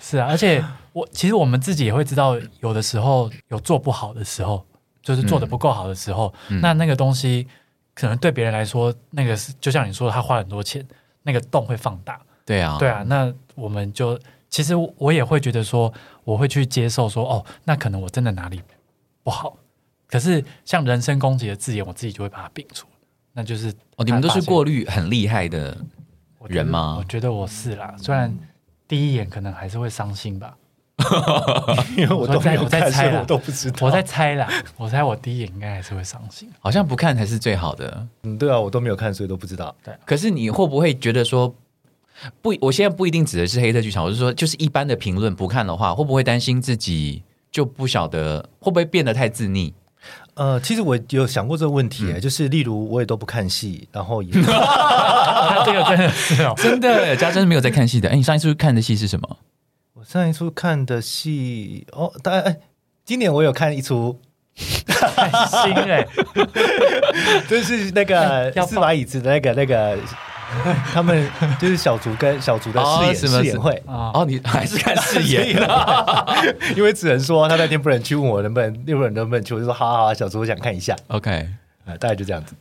Speaker 2: 是啊，而且我其实我们自己也会知道，有的时候有做不好的时候，就是做的不够好的时候，
Speaker 3: 嗯
Speaker 2: 那那个东西可能对别人来说，那个是就像你说，他花了很多钱，那个洞会放大。
Speaker 3: 对啊，
Speaker 2: 对啊，那我们就其实我也会觉得说，我会去接受说，哦，那可能我真的哪里不好。可是像人身攻击的字眼，我自己就会把它摒除，那就是
Speaker 3: 哦，你们都是
Speaker 2: 他发现
Speaker 3: 过滤很厉害的
Speaker 2: 我觉得
Speaker 3: 人吗
Speaker 2: 我？觉得我是啦，虽然第一眼可能还是会伤 心吧，
Speaker 4: 因为我都没有
Speaker 2: 我在我在
Speaker 4: 看，
Speaker 2: 猜
Speaker 4: 所
Speaker 2: 啦
Speaker 4: 以我都不知
Speaker 3: 啊
Speaker 4: 道。
Speaker 2: 我在猜啦，我猜我第一眼应该还是会伤心。
Speaker 3: 好像不看才是最好的。
Speaker 4: 嗯，对啊，我都没有看，所以都不知道。
Speaker 3: 可是你会不会觉得说，不？我现在不一定指的是黑色剧场，我是说，就是一般的评论不看的话，会不会担心自己就不晓得会不会变得太自溺？
Speaker 4: 呃，其实我有想过这个问题、
Speaker 2: 嗯
Speaker 4: 就是例如我也都不看戏，然后也
Speaker 2: 他这个真的是哦，
Speaker 3: 真的， 家真是没有在看戏的。哎，你上一次看的戏是什么？
Speaker 4: 我上一出看的戏哦，当然，哎今年我有看一出，
Speaker 2: 开心哎、
Speaker 4: 就是 那个
Speaker 2: 要报
Speaker 4: 司马椅子的那个那个， 他们就是小竹跟小竹的
Speaker 3: 哦
Speaker 4: 饰演、
Speaker 3: 什么
Speaker 4: 饰演会。
Speaker 2: 啊、
Speaker 3: 哦，你还是看
Speaker 4: 自
Speaker 3: 饰
Speaker 4: 演
Speaker 3: 演？
Speaker 4: 的， 因为只能说他那天不能去问我能不能，又不能能不能去，我就说好好好，小猪我想看一下，
Speaker 3: OK，
Speaker 4: 呃，大概就这样子。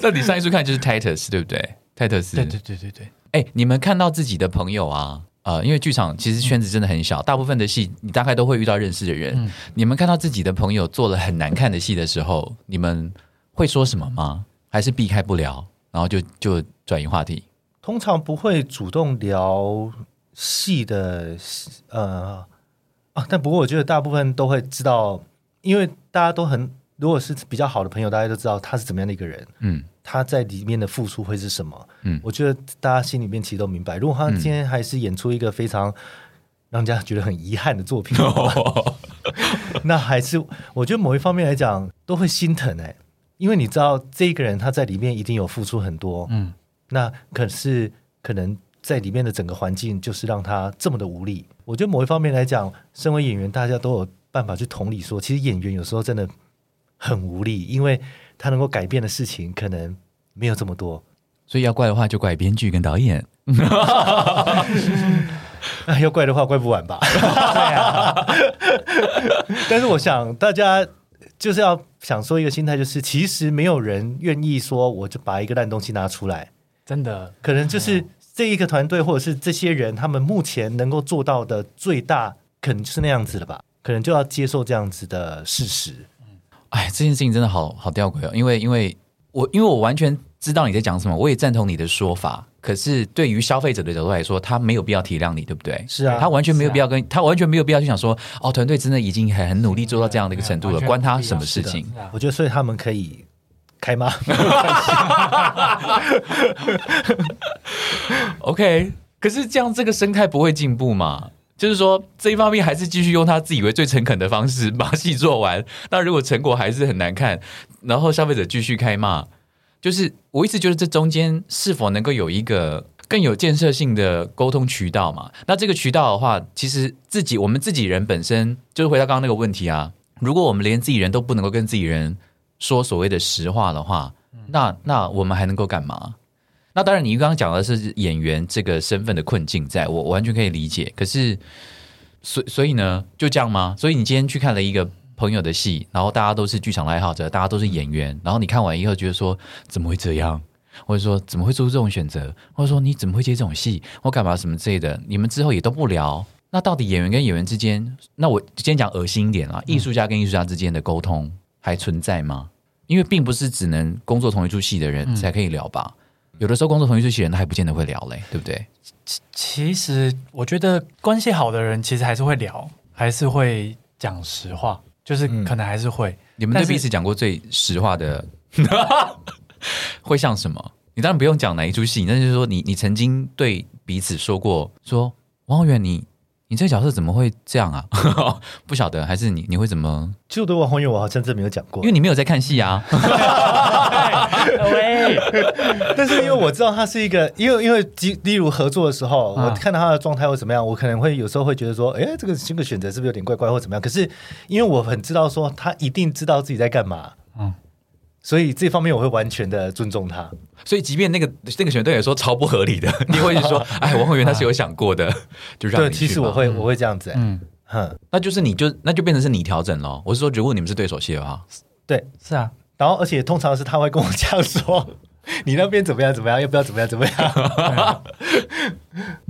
Speaker 3: 那你上一次看就是 Titus 对不对？Titus
Speaker 2: 对对对对对，
Speaker 3: 哎、你们看到自己的朋友啊，呃，因为剧场其实圈子真的很小，大部分的戏你大概都会遇到认识的人。
Speaker 2: 嗯
Speaker 3: 你们看到自己的朋友做了很难看的戏的时候，你们会说什么吗？还是避开不了，然后就就转移话题？
Speaker 4: 通常不会主动聊戏的，呃啊，但不过我觉得大部分都会知道，因为大家都很，如果是比较好的朋友，大家都知道他是怎么样的一个人，
Speaker 3: 嗯，
Speaker 4: 他在里面的付出会是什么。
Speaker 3: 嗯
Speaker 4: 我觉得大家心里面其实都明白，如果他今天还是演出一个非常让人家觉得很遗憾的作品， 那还是我觉得某一方面来讲都会心疼哎、因为你知道这个人他在里面一定有付出很多，
Speaker 2: 嗯，
Speaker 4: 那可是可能在里面的整个环境就是让他这么的无力。我觉得某一方面来讲，身为演员，大家都有办法去同理说，其实演员有时候真的很无力，因为他能够改变的事情可能没有这么多。
Speaker 3: 所以要怪的话就怪编剧跟导演。
Speaker 4: 啊，要怪的话怪不完吧。
Speaker 2: 啊
Speaker 4: 但是我想大家就是要想说一个心态，就是其实没有人愿意说我就把一个烂东西拿出来，
Speaker 2: 真的
Speaker 4: 可能
Speaker 2: 哎
Speaker 4: 就是这一个团队或者是这些人，他们目前能够做到的最大，可能就是那样子了吧。可能就要接受这样子的事实。
Speaker 3: 哎，这件事情真的好好吊诡哦，因为因为我因为我完全知道你在讲什么，我也赞同你的说法。可是对于消费者的角度来说，他没有必要体谅你，对不对？
Speaker 4: 是啊
Speaker 3: 他完全没有
Speaker 2: 是啊
Speaker 3: 必要跟、他完全没有必要去想说，哦，团队真的已经很很努力做到这样的一个程度了，
Speaker 2: 完全
Speaker 3: 关他
Speaker 2: 不一样
Speaker 3: 什么事情？
Speaker 2: 是啊
Speaker 4: 我觉得，所以他们可以开 骂。
Speaker 3: OK，可是这样这个生态不会进步嘛？就是说，这一方面还是继续用他自以为最诚恳的方式把戏做完。那如果成果还是很难看，然后消费者继续开骂，就是我一直觉得这中间是否能够有一个更有建设性的沟通渠道嘛？那这个渠道的话，其实自己我们自己人本身就是回到刚刚那个问题啊。如果我们连自己人都不能够跟自己人说所谓的实话的话，那那我们还能够干嘛？那当然，你刚刚讲的是演员这个身份的困境在，我我完全可以理解。可是，所所以呢，就这样吗？所以你今天去看了一个朋友的戏，然后大家都是剧场的爱好者，大家都是演员，然后你看完以后觉得说怎么会这样，或者说怎么会做出这种选择，或者说你怎么会接这种戏，或干嘛什么之类的，你们之后也都不聊。那到底演员跟演员之间，那我今天讲恶心一点啊，艺术家跟艺术家之间的沟通还存在吗？因为并不是只能工作同一出戏的人才可以聊吧。有的时候工作同一出戏人，他还不见得会聊嘞，对不对？
Speaker 2: 其实我觉得关系好的人，其实还是会聊，还是会讲实话，就是可能还是会。
Speaker 3: 你们
Speaker 2: 但
Speaker 3: 对
Speaker 2: 是
Speaker 3: 彼此讲过最实话的，会像什么？你当然不用讲哪一出戏，但是说你你曾经对彼此说过，说王浩源，你你这个角色怎么会这样啊？ 不晓得，还是你你会怎么？
Speaker 4: 其实我对王宏远，我好像真没有讲过
Speaker 3: 因为，你没有在看戏啊。
Speaker 4: 但是因为我知道他是一个，因为因为即例如合作的时候，
Speaker 3: 啊
Speaker 4: 我看到他的状态或怎么样，我可能会有时候会觉得说，哎，这个这个选择是不是有点怪怪或怎么样？可是因为我很知道说他一定知道自己在干嘛，
Speaker 2: 嗯
Speaker 4: 嗯，所以这方面我会完全的尊重他。
Speaker 3: 所以，即便那个那个选对也说超不合理的， 你会说，哎，王浩源他是有想过的，就让你
Speaker 4: 对，
Speaker 3: 去
Speaker 4: 其实
Speaker 3: 吧
Speaker 4: 我会我会这样子、欸，
Speaker 2: 嗯，
Speaker 4: 哼，
Speaker 3: 那就是你就那就变成是你调整咯。我是说，如果你们是对手戏的话，
Speaker 4: 对。
Speaker 2: 是啊，
Speaker 4: 然后而且通常是他会跟我讲说， 你那边怎么样怎么样，要不要怎么样怎么样，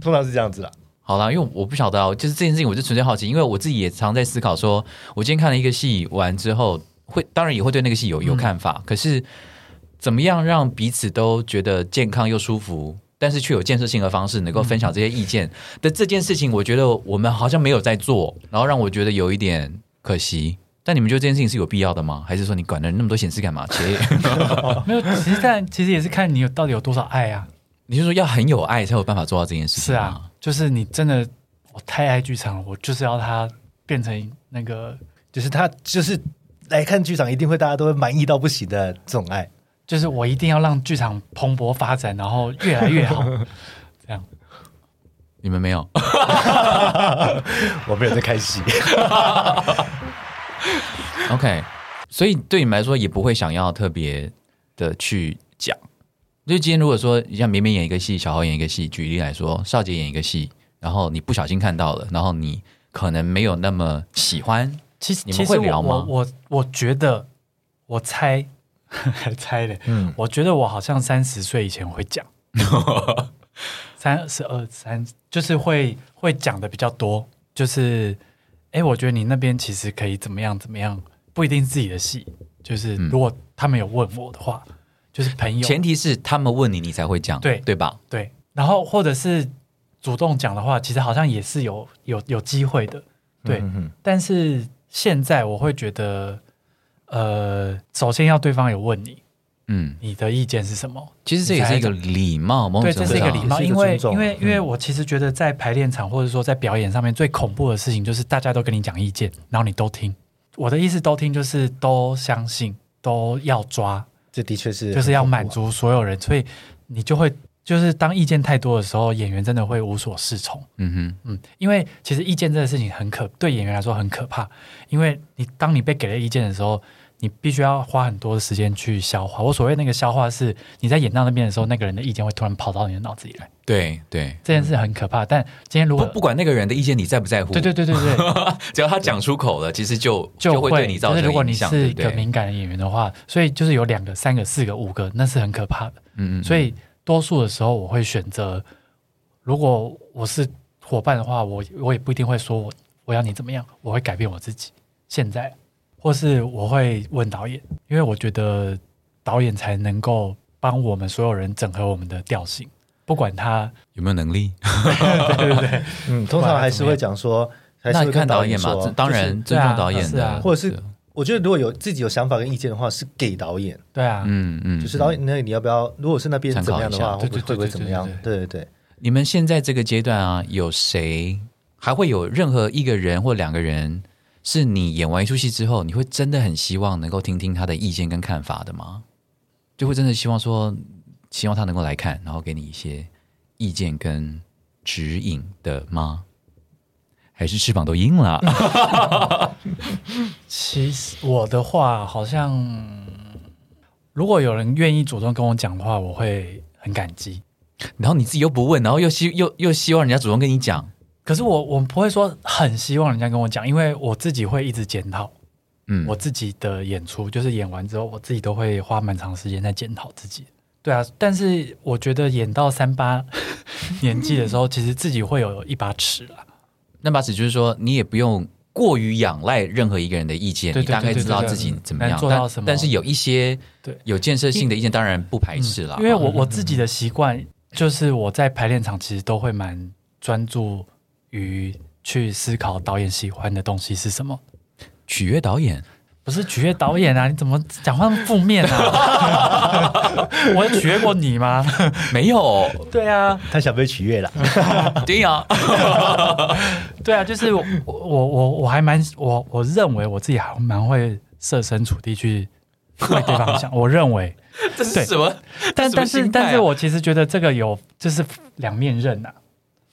Speaker 4: 通常是这样子啦。
Speaker 3: 好啦，因为我不晓得啊，就是这件事情，我是纯粹好奇，因为我自己也常在思考说，我今天看了一个戏完之后，会当然也会对那个戏有
Speaker 2: 嗯
Speaker 3: 有看法，可是怎么样让彼此都觉得健康又舒服，但是却有建设性的方式能够分
Speaker 2: 嗯
Speaker 3: 享这些意见的、这件事情，我觉得我们好像没有在做，然后让我觉得有一点可惜。但你们觉得这件事情是有必要的吗？还是说你管了那么多显示干嘛？切，
Speaker 2: 没有，其实但其实也是看你有到底有多少爱啊。
Speaker 3: 你是说要很有爱才有办法做到这件事情？
Speaker 2: 是啊，，就是你真的，我太爱剧场了，我就是要它变成那个，
Speaker 4: 就是他就是来看剧场，一定会大家都会满意到不行的这种爱。
Speaker 2: 就是我一定要让剧场蓬勃发展，然后越来越好。 这样，
Speaker 3: 你们没有。
Speaker 4: 我没有在开戏。
Speaker 3: OK，所以对你们来说也不会想要特别的去讲。就今天如果说像绵绵演一个戏，小豪演一个戏，举例来说，少杰演一个戏，然后你不小心看到了，然后你可能没有那么喜欢，
Speaker 2: 其实
Speaker 3: 你们
Speaker 2: 其实
Speaker 3: 会
Speaker 2: 我
Speaker 3: 聊吗
Speaker 2: 我我我觉得，我猜还 猜嘞，
Speaker 3: 嗯，
Speaker 2: 我觉得我好像三十岁以前会 讲，三十二三就是会会讲的比较多，就是哎，诶我觉得你那边其实可以怎么样怎么样，不一定自己的戏，就是
Speaker 3: 嗯
Speaker 2: 如果他们有问我的话，就是朋友
Speaker 3: 前提是他们问你，你才会讲，
Speaker 2: 对
Speaker 3: 对吧？
Speaker 2: 对，然后或者是主动讲的话，其实好像也是有有有机会的，对，
Speaker 4: 嗯
Speaker 2: 但是现在我会觉得，呃，首先要对方有问你，
Speaker 3: 嗯，
Speaker 2: 你的意见是什么？
Speaker 3: 其实这也是一个礼貌，某种
Speaker 2: 对，
Speaker 3: 程度
Speaker 2: 这是一个
Speaker 3: 上
Speaker 2: 礼貌，
Speaker 4: 也哦是一
Speaker 2: 因
Speaker 4: 个
Speaker 2: 为
Speaker 4: 尊重
Speaker 2: 因为
Speaker 4: 嗯
Speaker 2: 因为我其实觉得在排练场或者说在表演上面最恐怖的事情就是大家都跟你讲意见，然后你都听。我的意思都听就是都相信，都要抓，
Speaker 4: 这的确是，
Speaker 2: 就是要满。足所有人，所以你就会就是当意见太多的时候，演员真的会无所适从。
Speaker 3: 嗯
Speaker 2: 嗯，因为其实意见这个事情很可，对演员来说很可怕，因为你当你被给了意见的时候，你必须要花很多的时间去消化。我所谓那个消化是，你在演到那边的时候，那个人的意见会突然跑到你的脑子里来，
Speaker 3: 对对，
Speaker 2: 这件事很可怕。但今天如
Speaker 3: 不
Speaker 2: 果
Speaker 3: 不管那个人的意见你在不在乎，
Speaker 2: 对对对对对，
Speaker 3: 只要他讲出口了，其实就
Speaker 2: 就
Speaker 3: 会对你造
Speaker 2: 就是
Speaker 3: 成
Speaker 2: 如果你
Speaker 3: 影响，对
Speaker 2: 是一
Speaker 3: 不
Speaker 2: 个
Speaker 3: 对？
Speaker 2: 敏感的演员的话，所以就是有两个、三个、四个、五个，那是很可怕的。
Speaker 3: 嗯嗯，
Speaker 2: 所以多数的时候我会选择，如果我是伙伴的话，我我也不一定会说我我要你怎么样，我会改变我自己。现在，或是我会问导演，因为我觉得导演才能够帮我们所有人整合我们的调性，不管他
Speaker 3: 有没有能力？
Speaker 4: 嗯，通常还是会讲说，还是
Speaker 3: 那
Speaker 4: 会
Speaker 3: 看
Speaker 4: 跟
Speaker 3: 导
Speaker 4: 演
Speaker 3: 嘛，
Speaker 4: 说
Speaker 3: 这当然
Speaker 4: 就是
Speaker 2: 对
Speaker 3: 尊
Speaker 2: 啊
Speaker 3: 重导演
Speaker 2: 是
Speaker 3: 的
Speaker 2: 啊，
Speaker 4: 或者是我觉得如果有自己有想法跟意见的话，是给导演，
Speaker 2: 对啊，
Speaker 3: 嗯嗯，
Speaker 4: 就是导演那你要不要？如果是那边
Speaker 3: 参考
Speaker 4: 怎么样的话，
Speaker 2: 一下
Speaker 4: 会不
Speaker 2: 对
Speaker 4: 会
Speaker 2: 对对
Speaker 4: 会不会怎么样？对对对，
Speaker 3: 你们现在这个阶段啊，有谁还会有任何一个人或两个人，是你演完一出戏之后，你会真的很希望能够听听他的意见跟看法的吗？就会真的希望说，希望他能够来看，然后给你一些意见跟指引的吗？还是翅膀都硬了？
Speaker 2: 其实我的话，好像如果有人愿意主动跟我讲的话，我会很感激。
Speaker 3: 然后你自己又不问，然后又希又又希望人家主动跟你讲，
Speaker 2: 可是我我不会说很希望人家跟我讲，因为我自己会一直检讨
Speaker 3: 嗯，
Speaker 2: 我自己的演出，就是演完之后，我自己都会花蛮长时间在检讨自己。对啊，但是我觉得演到三八年纪的时候，其实自己会有一把尺了。
Speaker 3: 那把尺就是说，你也不用过于仰赖任何一个人的意见，
Speaker 2: 对
Speaker 3: 你
Speaker 2: 对
Speaker 3: 大概
Speaker 2: 对对
Speaker 3: 知道
Speaker 2: 对
Speaker 3: 自己
Speaker 2: 嗯
Speaker 3: 怎么样
Speaker 2: 能，做
Speaker 3: 但
Speaker 2: 到什么
Speaker 3: 但是有一些
Speaker 2: 对
Speaker 3: 有建设性的意见，当然不排斥啦。
Speaker 2: 因为我我自己的习惯就是我在排练场其实都会蛮专注于去思考导演喜欢的东西是什么，
Speaker 3: 取悦导演，
Speaker 2: 不是取悦导演啊？你怎么讲话那么负面啊？我有取悦过你吗？
Speaker 3: 没有，
Speaker 2: 对啊，
Speaker 4: 他想被取悦了，
Speaker 3: 对 呀、
Speaker 2: 对啊，就是我我我我还蛮我我认为我自己还蛮会设身处地去为对方想，我认为，
Speaker 3: 这是
Speaker 2: 对
Speaker 3: 什么？这
Speaker 2: 但但
Speaker 3: 什么
Speaker 2: 是
Speaker 3: 心态啊
Speaker 2: 但是我其实觉得这个有就是两面刃啊，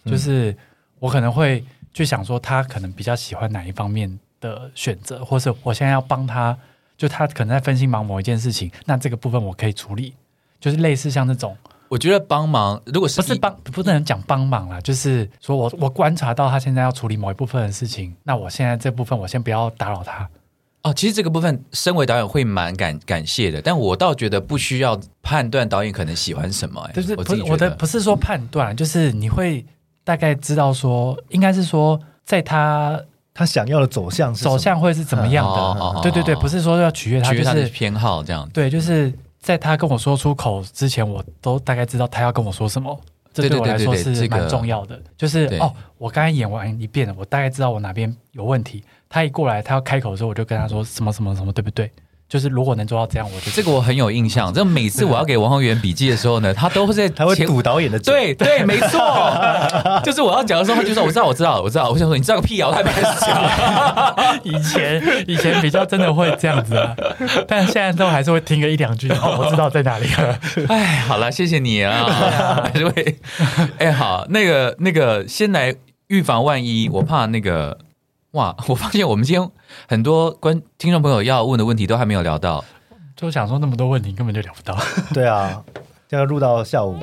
Speaker 3: 嗯
Speaker 2: 就是我可能会去想说他可能比较喜欢哪一方面的选择，或是我现在要帮他，就他可能在分心忙某一件事情，那这个部分我可以处理，就是类似像这种。
Speaker 3: 我觉得帮忙，如果是
Speaker 2: 不是
Speaker 3: 你，
Speaker 2: 帮，不能讲帮忙啦，就是说我我观察到他现在要处理某一部分的事情，那我现在这部分我先不要打扰他。
Speaker 3: 哦，其实这个部分，身为导演会蛮感感谢的，但我倒觉得不需要判断导演可能喜欢什么、哎
Speaker 2: 就是
Speaker 3: 我
Speaker 2: 不
Speaker 3: 自
Speaker 2: 是
Speaker 3: 己觉
Speaker 2: 我的
Speaker 3: 得
Speaker 2: 不是说判断，就是你会大概知道说，应该是说在他
Speaker 4: 他想要的走向是什么
Speaker 2: 走向会是怎么样
Speaker 3: 哦哦哦
Speaker 2: 的。对对对，
Speaker 3: 哦
Speaker 2: 不是说要取悦他，
Speaker 3: 取悦
Speaker 2: 就
Speaker 3: 他的
Speaker 2: 是
Speaker 3: 偏好这样。
Speaker 2: 对，就是在他跟我说出口之前，我都大概知道他要跟我说什么。这
Speaker 3: 对对
Speaker 2: 对我
Speaker 3: 对
Speaker 2: 来
Speaker 3: 对
Speaker 2: 说
Speaker 3: 对这
Speaker 2: 是
Speaker 3: 个
Speaker 2: 蛮重要的，就是
Speaker 3: 对
Speaker 2: 哦，我刚才演完一遍了，我大概知道我哪边有问题。他一过来，他要开口的时候，我就跟他说什么什么什么，对不对？就是如果能做到这样，我就
Speaker 3: 这个我很有印象，这每次我要给王宏源笔记的时候呢，他都会在
Speaker 4: 他会
Speaker 3: 前
Speaker 4: 堵导演的
Speaker 3: 对
Speaker 4: 嘴，
Speaker 3: 对，没错，就是我要讲的时候，他就说我知道，我知道，我知道。我想说，你知道个屁啊！我才没开始讲。
Speaker 2: 以前以前比较真的会这样子啊，但现在都还是会听个一两句，哦，我知道在哪里了。
Speaker 3: 哎，好了，谢谢你啊，还是会。哎，好，那个啊哎那个，先来预防万一，我怕那个。啊哇！我发现我们今天很多观听众朋友要问的问题都还没有聊到，
Speaker 2: 就想说那么多问题根本就聊不到，
Speaker 4: 对啊，这样录到下午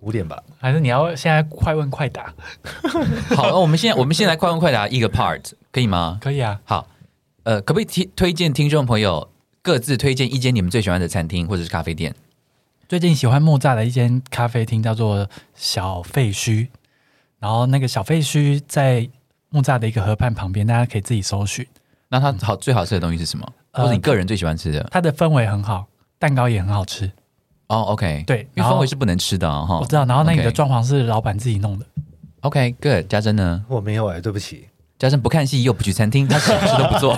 Speaker 4: 五点吧。
Speaker 2: 还是你要现在快问快答？
Speaker 3: 好，那我们现在我们先来快问快答一个 part，可以 吗？
Speaker 2: 可以啊，
Speaker 3: 好，呃，可不可以推推荐听众朋友各自推荐一间你们最喜欢的餐厅或者是咖啡店？
Speaker 2: 最近喜欢木栅的一间咖啡厅叫做小废墟，然后那个小废墟在木栅的一个河畔旁边，大家可以自己搜寻。
Speaker 3: 那它好最好吃的东西是什么？
Speaker 2: 呃
Speaker 3: 或者你个人最喜欢吃的？
Speaker 2: 它的氛围很好，蛋糕也很好吃，
Speaker 3: 哦，OK，
Speaker 2: 对
Speaker 3: 因为
Speaker 2: 然后
Speaker 3: 氛围是不能吃的啊
Speaker 4: 哦
Speaker 3: 哈。
Speaker 2: 我知道。然后那里的
Speaker 3: OK
Speaker 2: 装潢是老板自己弄的，
Speaker 3: OK，Good。家珍呢？
Speaker 4: 我没有哎、对不起，
Speaker 3: 家珍不看戏又不去餐 厅，他什么事都不做。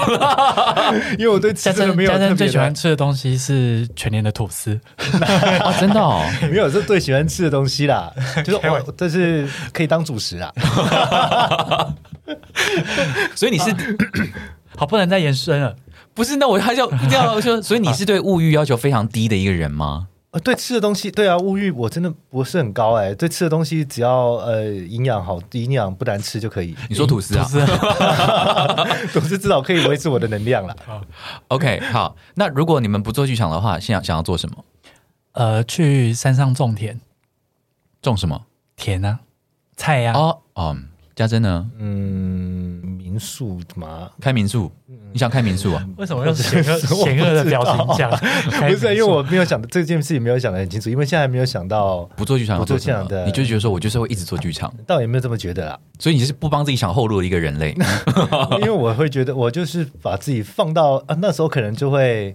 Speaker 4: 因为我对吃
Speaker 2: 家
Speaker 4: 真的
Speaker 2: 珍
Speaker 4: 没有
Speaker 2: 家珍
Speaker 4: 特别
Speaker 2: 最喜欢
Speaker 4: 的，
Speaker 2: 吃的东西是全年的吐司，
Speaker 3: 哦，真的哦。
Speaker 4: 没有是最喜欢吃的东西啦，就是我这是可以当主食啊啦。
Speaker 3: 所以你
Speaker 2: 啊
Speaker 3: 是
Speaker 2: 好不能再延伸了。
Speaker 3: 不是？那我还要一定要说，所以你是对物欲要求非常低的一个人吗？
Speaker 4: 呃，对吃的东西，对啊，物欲我真的不是很高哎、对吃的东西，只要呃营养好，营养不难吃就可以，
Speaker 3: 你说吐司啊
Speaker 2: 不 是
Speaker 4: 总之至少可以维持我的能量啦。
Speaker 3: ？OK，好。那如果你们不做剧场的话，想想要做什么？
Speaker 2: 呃，去山上种田，
Speaker 3: 种什么？
Speaker 2: 田啊，菜呀、啊，
Speaker 3: 哦，嗯，家珍呢？
Speaker 4: 嗯，民宿嘛，
Speaker 3: 开民宿？
Speaker 2: 嗯
Speaker 3: 你想开民宿啊？
Speaker 2: 为什么用险 恶险恶的表情讲？
Speaker 4: 不
Speaker 2: 不
Speaker 4: 是啊因为我没有想到这件事情，没有想得很清楚，因为现在还没有想到，
Speaker 3: 不做剧场要
Speaker 4: 不做
Speaker 3: 做什么
Speaker 4: 剧场的
Speaker 3: 你就觉得说我就是会一直做剧
Speaker 2: 嗯
Speaker 3: 场，
Speaker 4: 倒也没有这么觉得 啦。
Speaker 3: 所以你是不帮自己想后路的一个人 类。哦
Speaker 4: 因为我会觉得，我就是把自己放到啊，那时候可能就会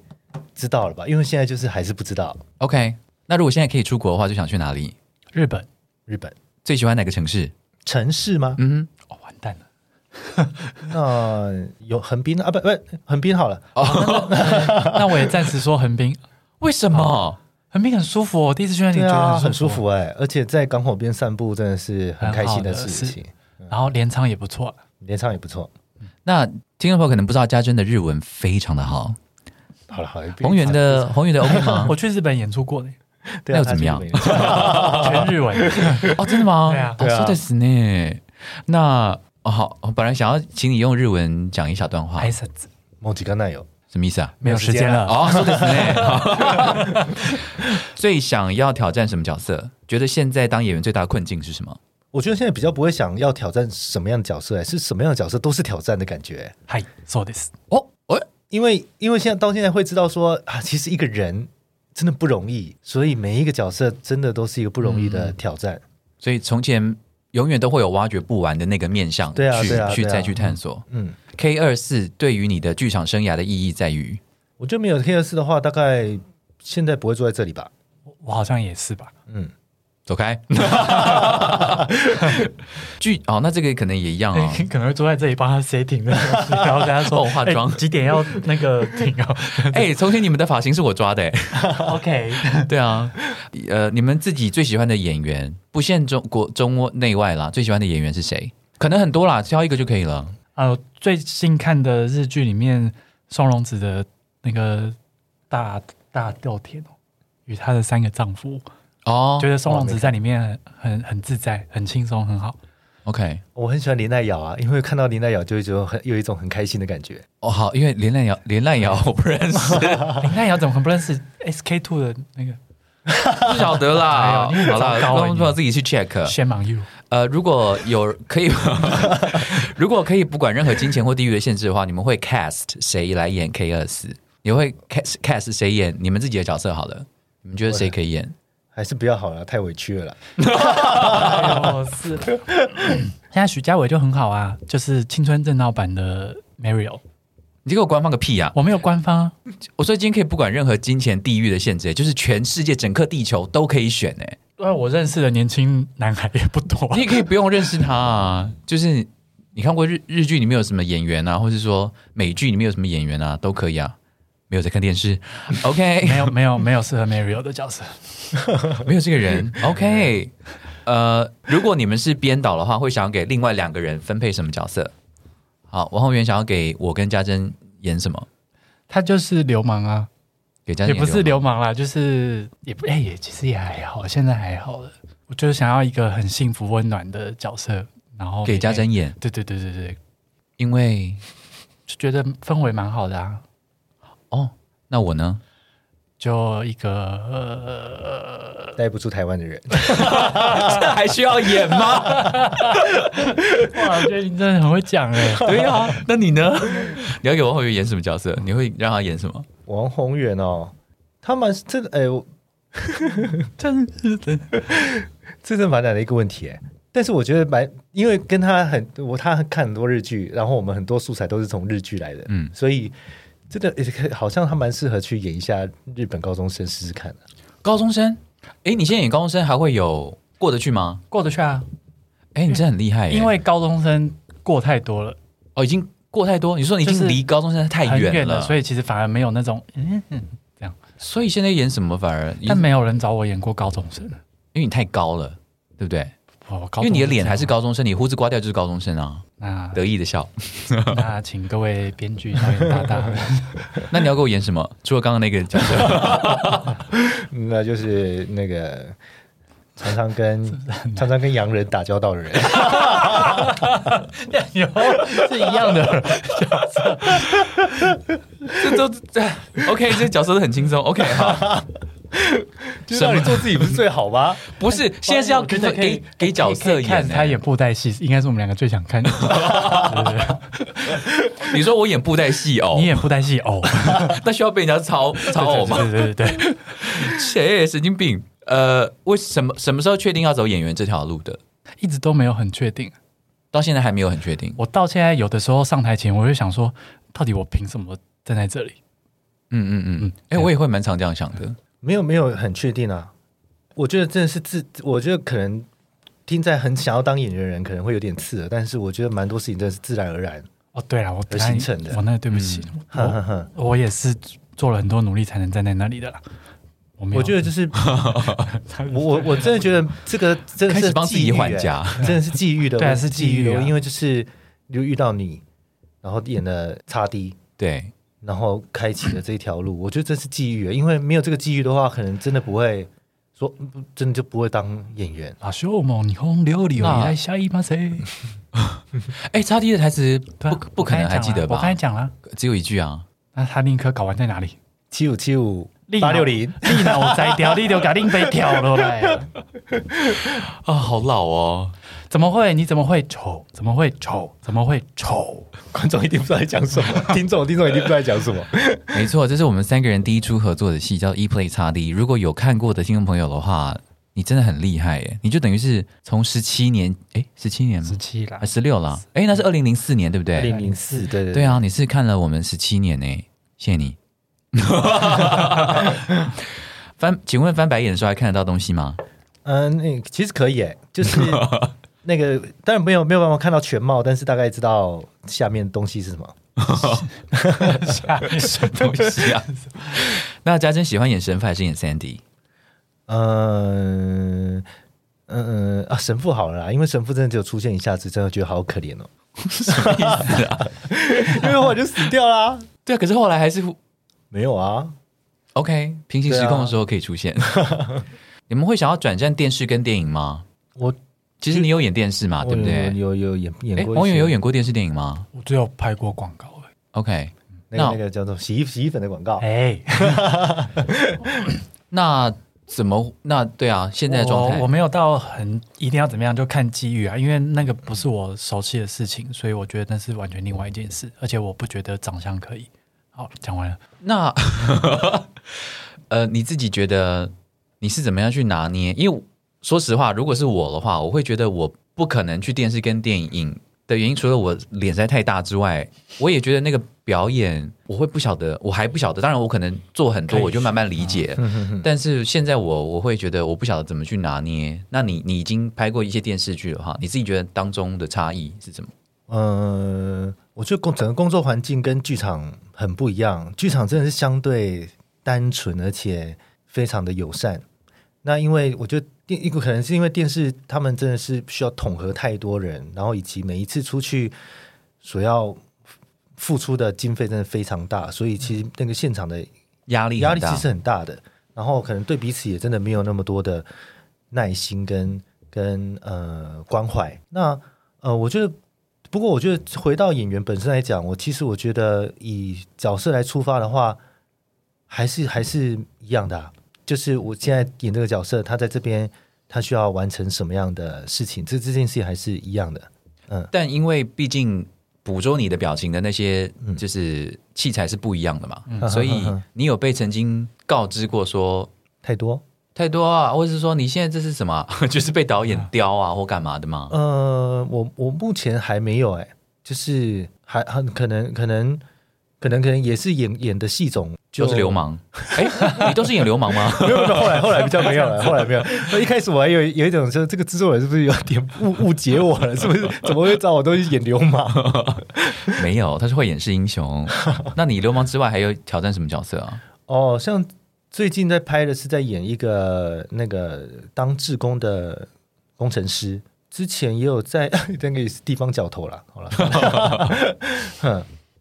Speaker 4: 知道了吧，因为现在就是还是不知道
Speaker 3: OK，那如果现在可以出国的话，最想去哪里？
Speaker 2: 日本
Speaker 4: 日本
Speaker 3: 最喜欢哪个城市？
Speaker 4: 城市吗？
Speaker 3: 嗯
Speaker 2: 哦，完蛋了，
Speaker 4: 那有横滨啊，不不，横滨好了，
Speaker 2: 那我也暂时说横滨，
Speaker 3: 哼， 为什么？
Speaker 2: 横滨很舒服、哦我第一次去那里觉
Speaker 4: 对
Speaker 2: 得
Speaker 4: 啊，很舒
Speaker 2: 服，
Speaker 4: 服哎、而且在港口边散步真的是很开心的事情，
Speaker 2: 然后镰仓也不错，
Speaker 4: 镰仓也不错。
Speaker 3: 那听众朋友可能不知道，家珍的日文非常的好。
Speaker 4: 好了好了，
Speaker 3: 宏源的宏源的 OK 吗？
Speaker 2: 我去日本演出过的，
Speaker 4: 对
Speaker 3: 那
Speaker 4: 啊
Speaker 3: 又怎么样？
Speaker 4: 他是日本人
Speaker 2: 全日文。
Speaker 3: 哦，真的吗？
Speaker 2: 对啊
Speaker 3: 哦
Speaker 4: 对啊
Speaker 3: そうですね。那哦好，我本来想要请你用日文讲一小段话
Speaker 4: 哎
Speaker 2: 挨，拶子
Speaker 4: 某几个奈友，
Speaker 3: 什么意思啊？
Speaker 2: 没有时间了，
Speaker 3: 哦，そうですね。好 最想要挑战什么角色？觉得现在当演员最大的困境是什么？
Speaker 4: 我觉得现在比较不会想要挑战什么样的角色、哎，是什么样的角色都是挑战的感觉、哎
Speaker 2: 嗨，そうです。
Speaker 3: 哦，哎，
Speaker 4: 因为因为现在到现在会知道说啊，其实一个人真的不容易，所以每一个角色真的都是一个不容易的挑战。
Speaker 3: 所以从前永远都会有挖掘不完的那个面向，
Speaker 4: 对啊
Speaker 3: 去
Speaker 4: 对啊
Speaker 3: 去
Speaker 4: 对啊
Speaker 3: 再去探索。
Speaker 4: 嗯，
Speaker 3: K 二四对于你的剧场生涯的意义在于，
Speaker 4: 我觉得没有 K 二四的话，大概现在不会坐在这里吧。
Speaker 2: 我我好像也是吧，
Speaker 4: 嗯，
Speaker 3: 走开。 剧哦，那这个可能也一样哦。
Speaker 2: 可能会坐在这里帮他 setting 的东西，然后跟他说
Speaker 3: 帮我化妆
Speaker 2: 哎几点要那个停哦
Speaker 3: 哎、从前你们的发型是我抓的、哎
Speaker 2: ，OK，
Speaker 3: 对啊，呃，你们自己最喜欢的演员，不限中国中内外啦，最喜欢的演员是谁？可能很多啦，挑一个就可以了。
Speaker 2: 呃，最近看的日剧里面，松隆子的那个大大豆田哦，与她的三个丈夫，
Speaker 3: 哦
Speaker 2: 觉得松隆子在里面很很很自在，很轻松，很好。
Speaker 3: ，OK，
Speaker 4: 我很喜欢林奈瑶啊，因为看到林奈瑶就会觉得很有一种很开心的感觉。
Speaker 3: 哦好，因为连烂瑶，连烂瑶我不认 识，
Speaker 2: 林奈瑶怎么可能不认识 SK Two 的那个
Speaker 3: 不晓得啦。
Speaker 2: 哎呦你
Speaker 3: 好
Speaker 2: 很糟
Speaker 3: 啦，
Speaker 2: 糕哎
Speaker 3: 观众朋友
Speaker 2: 你
Speaker 3: 自己去 check。
Speaker 2: 《Shame on You》？
Speaker 3: 呃，如果有可以， 如果可以不管任何金钱或地域的限制的话，你们会 cast 谁来演 K 二四？你会 cast cast 谁演你们自己的角色？好了，你们觉得谁可以演？
Speaker 4: 还是不要好了，太委屈了啦。
Speaker 2: 哎
Speaker 3: 哦
Speaker 2: 呦，是的。现在许家伟就很好啊，就是青春正道版的 Mario。
Speaker 3: 你给我官方个屁啊！
Speaker 2: 我没有官方啊，
Speaker 3: 我说今天可以不管任何金钱、地域的限制，就是全世界整个地球都可以选哎、
Speaker 2: 因为我认识的年轻男孩也不多
Speaker 3: 你。也可以不用认识他啊。就是你看过日日剧里面有什么演员啊，或是说美剧里面有什么演员啊，都可以啊。没有在看电视，OK。
Speaker 2: 没有没有没有适合 Mario 的角色，
Speaker 3: 没有这个 人。OK，呃，如果你们是编导的话，会想要给另外两个人分配什么角色？好，王浩源想要给我跟家珍演什么？
Speaker 2: 他就是流氓啊。
Speaker 3: 给家珍
Speaker 2: 也
Speaker 3: 演
Speaker 2: 不是
Speaker 3: 流
Speaker 2: 流氓啦，就是也不哎、也其实也还好，现在还好了。我就是想要一个很幸福温暖的角色，然后
Speaker 3: 氓给家
Speaker 2: 真
Speaker 3: 珍演，
Speaker 2: 对对对对对，
Speaker 3: 因为
Speaker 2: 就觉得氛围蛮好的啊。
Speaker 3: 哦，那我 呢？
Speaker 2: 就一个呃
Speaker 4: 待不住台湾 的人，
Speaker 3: 这还需要演吗？
Speaker 2: 呃，哇，我觉得你真的很会讲哎、
Speaker 3: 对啊，那你呢？你要给王浩源演什么角色？你会让他演什么？
Speaker 4: 王宏远哦，他蛮真的哎、我
Speaker 2: 真是的，
Speaker 4: 这真的蛮难的一个问题、哎但是我觉得蛮，因为跟他很我他看很多日剧，然后我们很多素材都是从日剧来的，
Speaker 3: 嗯
Speaker 4: 嗯，所以真的哎好像他蛮适合去演一下日本高中生试试看的。
Speaker 3: 高中生？哎，你现在演高中生还会有过得去吗？
Speaker 2: 过得去啊，
Speaker 3: 哎，你真的很厉害耶，
Speaker 2: 因为高中生过太多了，
Speaker 3: 哦，已经过太多。你说你已
Speaker 2: 就
Speaker 3: 经
Speaker 2: 是
Speaker 3: 离高中生太
Speaker 2: 很
Speaker 3: 远
Speaker 2: 了，
Speaker 3: 了，
Speaker 2: 所
Speaker 3: 以
Speaker 2: 以其实反而没有那种，嗯，
Speaker 3: 所以现在演什么反而
Speaker 2: 但没有人找我演过高中生，
Speaker 3: 因为你太高了，对不对？
Speaker 2: 哦，
Speaker 3: 因为你的脸还是高中生，你胡子刮掉就是高中生啊，
Speaker 2: 那
Speaker 3: 得意的笑。
Speaker 2: 那请各位编剧导演大大，
Speaker 3: 那你要给我演什么？除了刚刚那个 角色，
Speaker 4: 那就是那个常常 跟常常跟洋人打交道的人，
Speaker 2: 有是一样的，
Speaker 3: 这都这 OK，这角色都很轻松。OK，好，
Speaker 4: 就是让你做自己不是最好吗？
Speaker 3: 不 是 现在是要给
Speaker 2: 真的可以
Speaker 3: 给给角色
Speaker 2: 可以看
Speaker 3: 演
Speaker 2: 他
Speaker 3: 欸。
Speaker 2: 演布袋戏，应该是我们两个最想看 的。对对对
Speaker 3: 你说我演布袋戏哦
Speaker 2: 你，演布袋戏哦，
Speaker 3: 那需要被人家 操操偶吗？
Speaker 2: 对对对对，对
Speaker 3: 谁神经病？呃，为什么什么时候确定要走演员这条路的？
Speaker 2: 一直都没有很确定。
Speaker 3: 到现在还没有很确定。
Speaker 2: 我到现在有的时候上台前，我就想说，到底我凭什么站在这里？
Speaker 3: 嗯嗯嗯
Speaker 2: 嗯，
Speaker 3: 哎、我也会蛮常这样想的。
Speaker 4: 没有没有很确定啊。我觉得真的是自，我觉得可能听在很想要当演员的人可能会有点刺耳，但是我觉得蛮多事情真的是自然而然。
Speaker 2: 哦，对了，我
Speaker 4: 而形成的
Speaker 2: 我那对不起，
Speaker 3: 嗯
Speaker 4: 哼哼哼，
Speaker 2: 我我也是做了很多努力才能站在那里的啦。我没有
Speaker 4: 我 觉得就是，我我我真的觉得这个真的
Speaker 3: 开
Speaker 4: 是
Speaker 3: 始帮自己
Speaker 4: 际遇
Speaker 3: 还
Speaker 4: 欸
Speaker 3: 价，
Speaker 4: 真的是际遇的，
Speaker 2: 对啊
Speaker 4: 我
Speaker 2: 是际遇啊
Speaker 4: 的因为就是就遇到你，然后演了差 D，
Speaker 3: 对，
Speaker 4: 然后开启了这一条路，我觉得真是际遇欸，因为没有这个际遇的话，可能真的不会说，嗯真的就不会当演员。
Speaker 2: 啊，秀梦，你红流里有
Speaker 3: 那
Speaker 2: 啊你来下一吗？谁？
Speaker 3: 哎、叉 D 的台词不
Speaker 2: 对啊
Speaker 3: 不可能还记得
Speaker 2: 我刚才
Speaker 3: 吧？
Speaker 2: 讲了，
Speaker 3: 只有一句啊，
Speaker 2: 那他另一颗睾丸在哪里？
Speaker 4: 七五七五
Speaker 2: 立马
Speaker 4: 八六零，
Speaker 2: 你脑摘掉，你就把另被挑了来。
Speaker 3: 啊，好老哦，
Speaker 2: 怎么会？你怎么会丑？怎么会丑？怎么会丑？
Speaker 4: 观众一定不知道在讲什么，听众听众一定不知道在讲什么。
Speaker 3: 没错，这是我们三个人第一出合作的戏，叫《E Play 叉 D》。如果有看过的听众朋友的话，你真的很厉害耶！你就等于是从十七年，哎，十七年吗
Speaker 2: 十？七啦
Speaker 3: 啊，，十六啦，哎，那是二零零哎四年，对不对？
Speaker 4: 零零四，对对
Speaker 3: 对，啊，你是看了我们十七年呢、谢谢你。 翻，请问翻白眼的时候还看得到东西 吗？
Speaker 4: 嗯，那其实可以诶，就是 那个当然没有没有办法看到全貌，但是大概知道下面东西是什么。
Speaker 3: 什么东西啊？那家珍喜欢演神父还是演 Sandy？
Speaker 4: 嗯嗯啊，神父好了啦，因为神父真的只有出现一下子，真的觉得好可怜哦，啊 因为我就死掉啦。
Speaker 3: 对啊，可是后来还是
Speaker 4: 没有啊，
Speaker 3: OK，平行时空的时候可以出现。 你们会想要转战电视跟电影吗？
Speaker 4: 我
Speaker 3: 其实你有演电视啊嘛，对不
Speaker 4: 我
Speaker 3: 对？
Speaker 4: 有有有演
Speaker 3: 哎，
Speaker 4: 演过一些，
Speaker 3: 黄远有演过电视电影吗
Speaker 2: 我只有拍过广告而已。
Speaker 3: ？OK，
Speaker 4: 那
Speaker 3: 那
Speaker 4: 个那个叫做洗衣洗衣粉的广告。
Speaker 2: 哎，
Speaker 3: 那怎么那对啊？现在的状态
Speaker 2: 我我没有到很一定要怎么样，就看机遇啊，因为那个不是我熟悉的事情，所以我觉得那是完全另外一件事，而且我不觉得长相可以。好，讲完了。
Speaker 3: 那 呃，你自己觉得你是怎么样去拿捏？因为说实话，如果是我的话，我会觉得我不可能去电视跟电影的原因，除了我脸实在太大之外，我也觉得那个表演我会不晓得，我还不晓得。当然，我可能做很多，
Speaker 2: 可以
Speaker 3: 我就慢慢理解。但是现在我我会觉得我不晓得怎么去拿捏。那你你已经拍过一些电视剧了哈，你自己觉得当中的差异是什么？
Speaker 4: 嗯，我觉得工整个工作环境跟剧场很不一样，剧场真的是相对单纯，而且非常的友善。那因为我觉得电一个可能是因为电视，他们真的是需要统合太多人，然后以及每一次出去所要付出的经费真的非常大，所以其实那个现场的
Speaker 3: 压力
Speaker 4: 压
Speaker 3: 很
Speaker 4: 力
Speaker 3: 大
Speaker 4: 其实很大的。然后可能对彼此也真的没有那么多的耐心跟跟呃关怀。那呃，我觉得，不过我觉得回到演员本身来讲，我其实我觉得以角色来出发的话，还是还是一样的啊、就是我现在演这个角色，他在这边他需要完成什么样的事情，这这件事情还是一样的。
Speaker 3: 但因为毕竟捕捉你的表情的那些
Speaker 4: 嗯
Speaker 3: 就是器材是不一样的嘛，所 以你有被曾经告知过说
Speaker 4: 太多，
Speaker 3: 太多啊，或者是说你现在这是什么 啊、就是被导演雕
Speaker 4: 嗯
Speaker 3: 啊或干嘛的吗？
Speaker 4: 呃，我我目前还没有哎、就是还很可能可能可能可能也是演演的戏种就
Speaker 3: 就是流，氓，哎、你都是演流氓吗？
Speaker 4: 没有没有，后来后来比较没有了，后来没有。那一开始我还有有一种说这个制作人是不是有点误误解我了，是不是怎么会找我东西演流氓？
Speaker 3: 没有，他是会掩饰英雄。那你流氓之外还有挑战什么角色啊？
Speaker 4: 哦，像最近在拍的是在演一个那个当志工的工程师，之前也有在 那个也是地方角头啦，好了，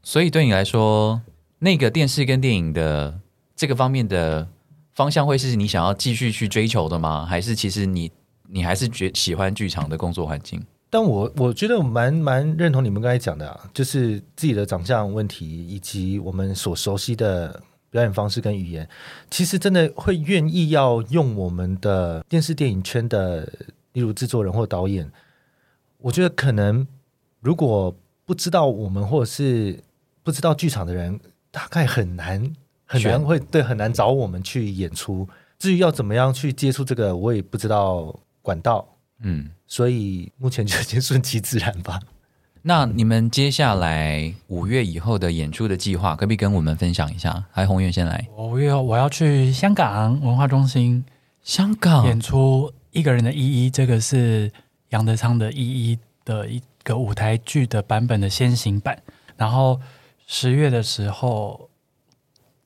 Speaker 3: 所以对你来说，那个电视跟电影的这个方面的方向，会是你想要继续去追求的吗？还是其实你你还是觉喜欢剧场的工作环境？
Speaker 4: 但我我觉得我蛮蛮认同你们刚才讲的、啊，就是自己的长相问题，以及我们所熟悉的表演方式跟语言，其实真的会愿意要用我们的电视电影圈的，例如制作人或导演。我觉得可能如果不知道我们或者是不知道剧场的人，大概很难很难
Speaker 3: 选
Speaker 4: 会对很难找我们去演出。至于要怎么样去接触这个，我也不知道管道。
Speaker 3: 嗯，
Speaker 4: 所以目前就先顺其自然吧。
Speaker 3: 那你们接下来五月以后的演出的计划，可不可以跟我们分享一下？还宏远先来，
Speaker 2: 我要我要去香港文化中心
Speaker 3: 香港
Speaker 2: 演出《一个人的意义》，这个是杨德昌的《意义》的一个舞台剧的版本的先行版。然后十月的时候，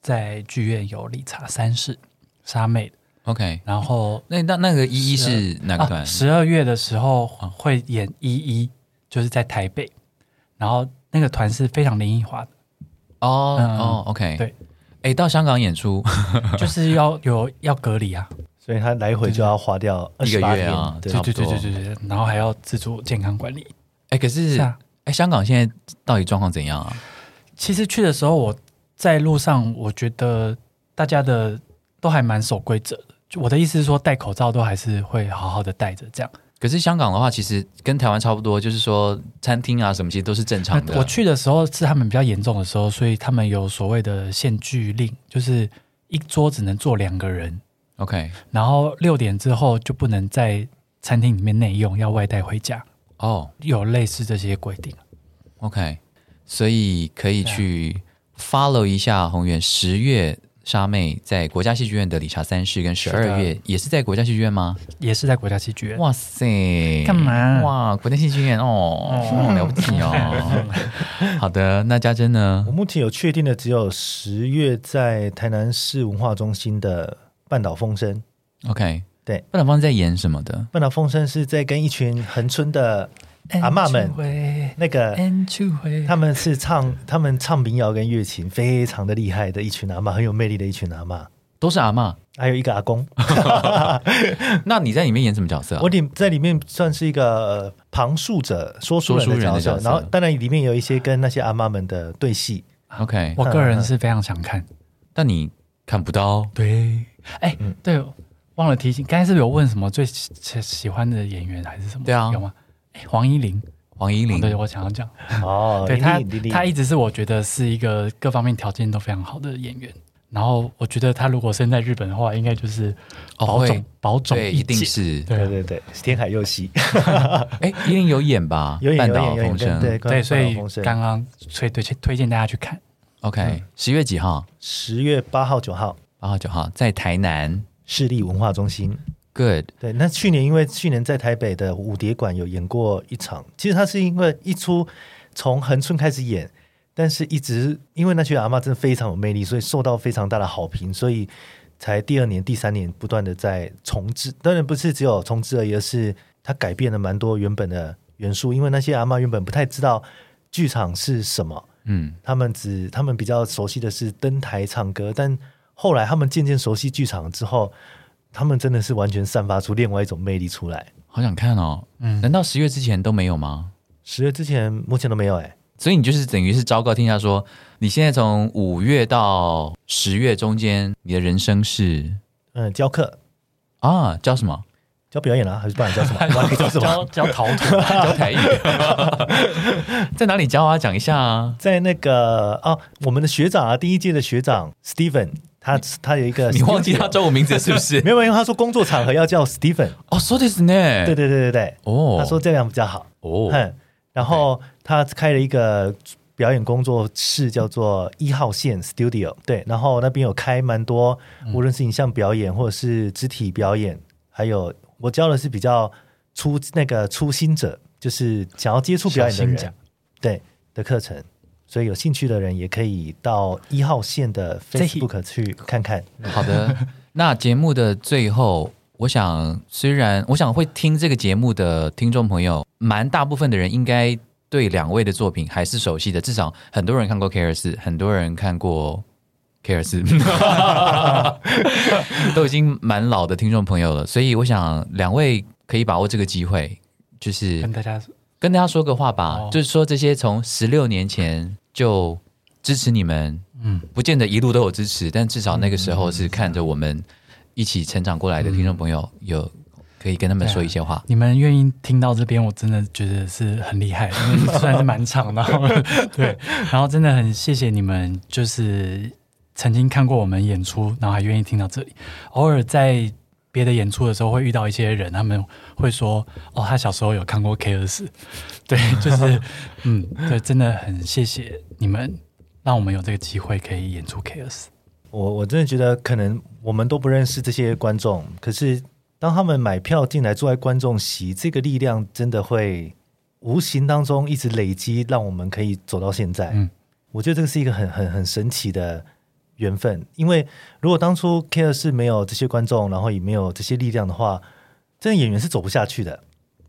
Speaker 2: 在剧院有理查三世沙妹，
Speaker 3: ，OK。
Speaker 2: 然后
Speaker 3: 那那那个一一是哪个团？
Speaker 2: 啊十二、12月的时候会演一一，就是在台北，然后那个团是非常林奕华的，
Speaker 3: 哦
Speaker 2: 嗯
Speaker 3: 哦，OK。
Speaker 2: 对，
Speaker 3: 哎，到香港演出
Speaker 2: 就是 要有要隔离啊，
Speaker 4: 所以他来回就要花掉
Speaker 3: 一个
Speaker 4: 28
Speaker 3: 月啊对
Speaker 4: 天对
Speaker 3: 差
Speaker 2: 对
Speaker 3: 不
Speaker 2: 对
Speaker 3: 多
Speaker 2: 对对对对，然后还要自主健康管理，
Speaker 3: 哎，可
Speaker 2: 是
Speaker 3: 是
Speaker 2: 啊。
Speaker 3: 哎，香港现在到底状况怎样啊？
Speaker 2: 其实去的时候，我在路上，我觉得大家的都还蛮守规则的。就我的意思是说，戴口罩都还是会好好的戴着这样。
Speaker 3: 可是香港的话，其实跟台湾差不多，就是说餐厅啊什么，其实都是正常的。
Speaker 2: 哎那我去的时候是他们比较严重的时候，所以他们有所谓的限聚令，就是一桌只能坐两个人，
Speaker 3: OK，
Speaker 2: 然后六点之后就不能在餐厅里面内用，要外带回家，
Speaker 3: 哦、
Speaker 2: 有类似这些规定。
Speaker 3: o k 所以可以去 follow 一下宏源十月沙妹在国家戏剧院的理查三世，跟十
Speaker 2: 是
Speaker 3: 二
Speaker 2: 的
Speaker 3: 月也是在国家戏剧院吗？
Speaker 2: 也是在国家戏剧院。
Speaker 3: 哇塞，
Speaker 2: 干嘛
Speaker 3: 哇，国家戏剧院哦，哦了不起哦。 好的，那家珍呢
Speaker 4: 我？目前有确定的只有十月在台南市文化中心的半岛风声。
Speaker 3: OK，
Speaker 4: 对，
Speaker 3: 不然方在演什么的？
Speaker 4: 半岛风声是在跟一群恒春的阿嬷们
Speaker 2: 们，
Speaker 4: 那个，
Speaker 2: 安住回
Speaker 4: 他们是唱他们唱民谣跟乐琴，非常的厉害的一群阿嬷，很有魅力的一群阿嬷。
Speaker 3: 都是阿嬷。
Speaker 4: 还有一个阿公，
Speaker 3: 那你在里面演什么角色、啊
Speaker 4: 我？里在里面算是一个呃旁述者、说书人
Speaker 3: 说书
Speaker 4: 的
Speaker 3: 人的
Speaker 4: 角
Speaker 3: 角
Speaker 4: 色，
Speaker 3: 色
Speaker 4: 然后当然里面有一些跟那些阿嬷们的对戏，
Speaker 3: OK，
Speaker 2: 我个人是非常想看。
Speaker 3: 但你看不到。
Speaker 2: 对，哎、对，忘了提醒，刚才是不是有问什么最喜喜喜欢的演员还是什么？
Speaker 3: 对啊
Speaker 2: 有吗？哎、黄依玲，
Speaker 3: 黄依
Speaker 2: 对
Speaker 3: 玲，
Speaker 2: 我想要讲，
Speaker 4: 哦，
Speaker 2: 对
Speaker 4: 莉
Speaker 2: 她
Speaker 4: 莉莉，莉
Speaker 2: 她一直是我觉得是一个各方面条件都非常好的演员。然后我觉得她如果生在日本的话，应该就是
Speaker 3: 哦
Speaker 2: 保种、
Speaker 3: 会
Speaker 2: 保种
Speaker 3: 对，
Speaker 2: 一
Speaker 3: 一定
Speaker 2: 姐
Speaker 3: 是。
Speaker 2: 对
Speaker 4: 对
Speaker 2: 啊
Speaker 4: 对对，天海佑希
Speaker 3: 哎，依琳有演吧？
Speaker 4: 有演
Speaker 3: 半
Speaker 4: 有
Speaker 3: 岛
Speaker 4: 演有
Speaker 3: 风
Speaker 4: 演
Speaker 3: 声，
Speaker 4: 跟对
Speaker 2: 对，所以刚
Speaker 4: 刚
Speaker 2: 刚所以推荐推荐大家去看。
Speaker 4: 嗯
Speaker 3: OK，十、月几号？
Speaker 4: 十月八号九号
Speaker 3: 八号、九号在台南。
Speaker 4: 市立文化中心。
Speaker 3: Good，
Speaker 4: 对，那去年因为去年在台北的五蝶馆有演过一场，其实他是因为一出从恒春开始演，但是一直因为那群阿嬷真的非常有魅力，所以受到非常大的好评，所以才第二年、第三年不断的在重置。当然不是只有重置而已，而是它改变了蛮多原本的元素，因为那些阿嬷原本不太知道剧场是什么，
Speaker 3: 嗯，
Speaker 4: 他们只他们比较熟悉的是登台唱歌，但后来他们渐渐熟悉剧场之后，他们真的是完全散发出另外一种魅力出来。
Speaker 3: 好想看哦。
Speaker 2: 嗯
Speaker 3: 难道十月之前都没有吗？
Speaker 4: 十月之前目前都没有哎、
Speaker 3: 所以你就是等于是昭告天下说，你现在从五月到十月中间，你的人生是
Speaker 4: 嗯，教课
Speaker 3: 啊，叫什 么？
Speaker 4: 教表演啦、还是不然教什么？我还可以教什么？
Speaker 2: 教教陶土，
Speaker 3: 教台语， 在哪里教啊？讲一下啊。
Speaker 4: 在那个哦，我们的学长啊，第一届的学长 Steven，他他有一个
Speaker 3: 你忘记他
Speaker 4: Steven-
Speaker 3: 中文名字是不是？
Speaker 4: 没有没有，他说工作场合要叫 Steven，
Speaker 3: 哦，说的是呢。
Speaker 4: 对对对对对，
Speaker 3: 哦，
Speaker 4: 他说这样比较好。
Speaker 3: 哦，
Speaker 4: 嗯，然后他开了一个表演工作室，叫做一号线 Studio。对，然后那边有开蛮多，无论是影像表演或者是肢体表演，还有我教的是比较初那个初心者，就是想要接触表演的
Speaker 2: 小心
Speaker 4: 人
Speaker 2: 讲，
Speaker 4: 对的课程。所以有兴趣的人也可以到一号线的
Speaker 2: Zehi
Speaker 4: Facebook 去看看。
Speaker 3: 好的。那节目的最后，我想，虽然我想会听这个节目的听众朋友，蛮大部分的人应该对两位的作品还是熟悉的，至少很多人看过 K 二四，很多人看过 K 二四， 都已经蛮老的听众朋友了。所以我想，两位可以把握这个机会，就是
Speaker 2: 跟大家
Speaker 3: 跟大家说个话吧，
Speaker 2: 哦
Speaker 3: 就是说这些从十六年前就支持你们，
Speaker 2: 嗯
Speaker 3: 不见得一路都有支持，但至少那个时
Speaker 4: 嗯
Speaker 3: 候是看着我们一起成长过来的听众朋友，
Speaker 4: 嗯
Speaker 3: 有可以跟他们说一些
Speaker 4: 啊
Speaker 3: 话。
Speaker 2: 你们愿意听到这边，我真的觉得是很厉害，因为算是蛮长的。 对，然后真的很谢谢你们，就是曾经看过我们演出，然后还愿意听到这里。偶尔在别的演出的时候，会遇到一些人，他们会说：“哦，他小时候有看过 K 二四。”对，就是，嗯，对，真的很谢谢你们，让我们有这个机会可以演出 K 二四。
Speaker 4: 我我真的觉得，可能我们都不认识这些观众，可是当他们买票进来，坐在观众席，这个力量真的会无形当中一直累积，让我们可以走到现在。
Speaker 2: 嗯
Speaker 4: 我觉得这个是一个很很很神奇的缘分，因为如果当初 K 二是没有这些观众，然后也没有这些力量的话，真的演员是走不下去的。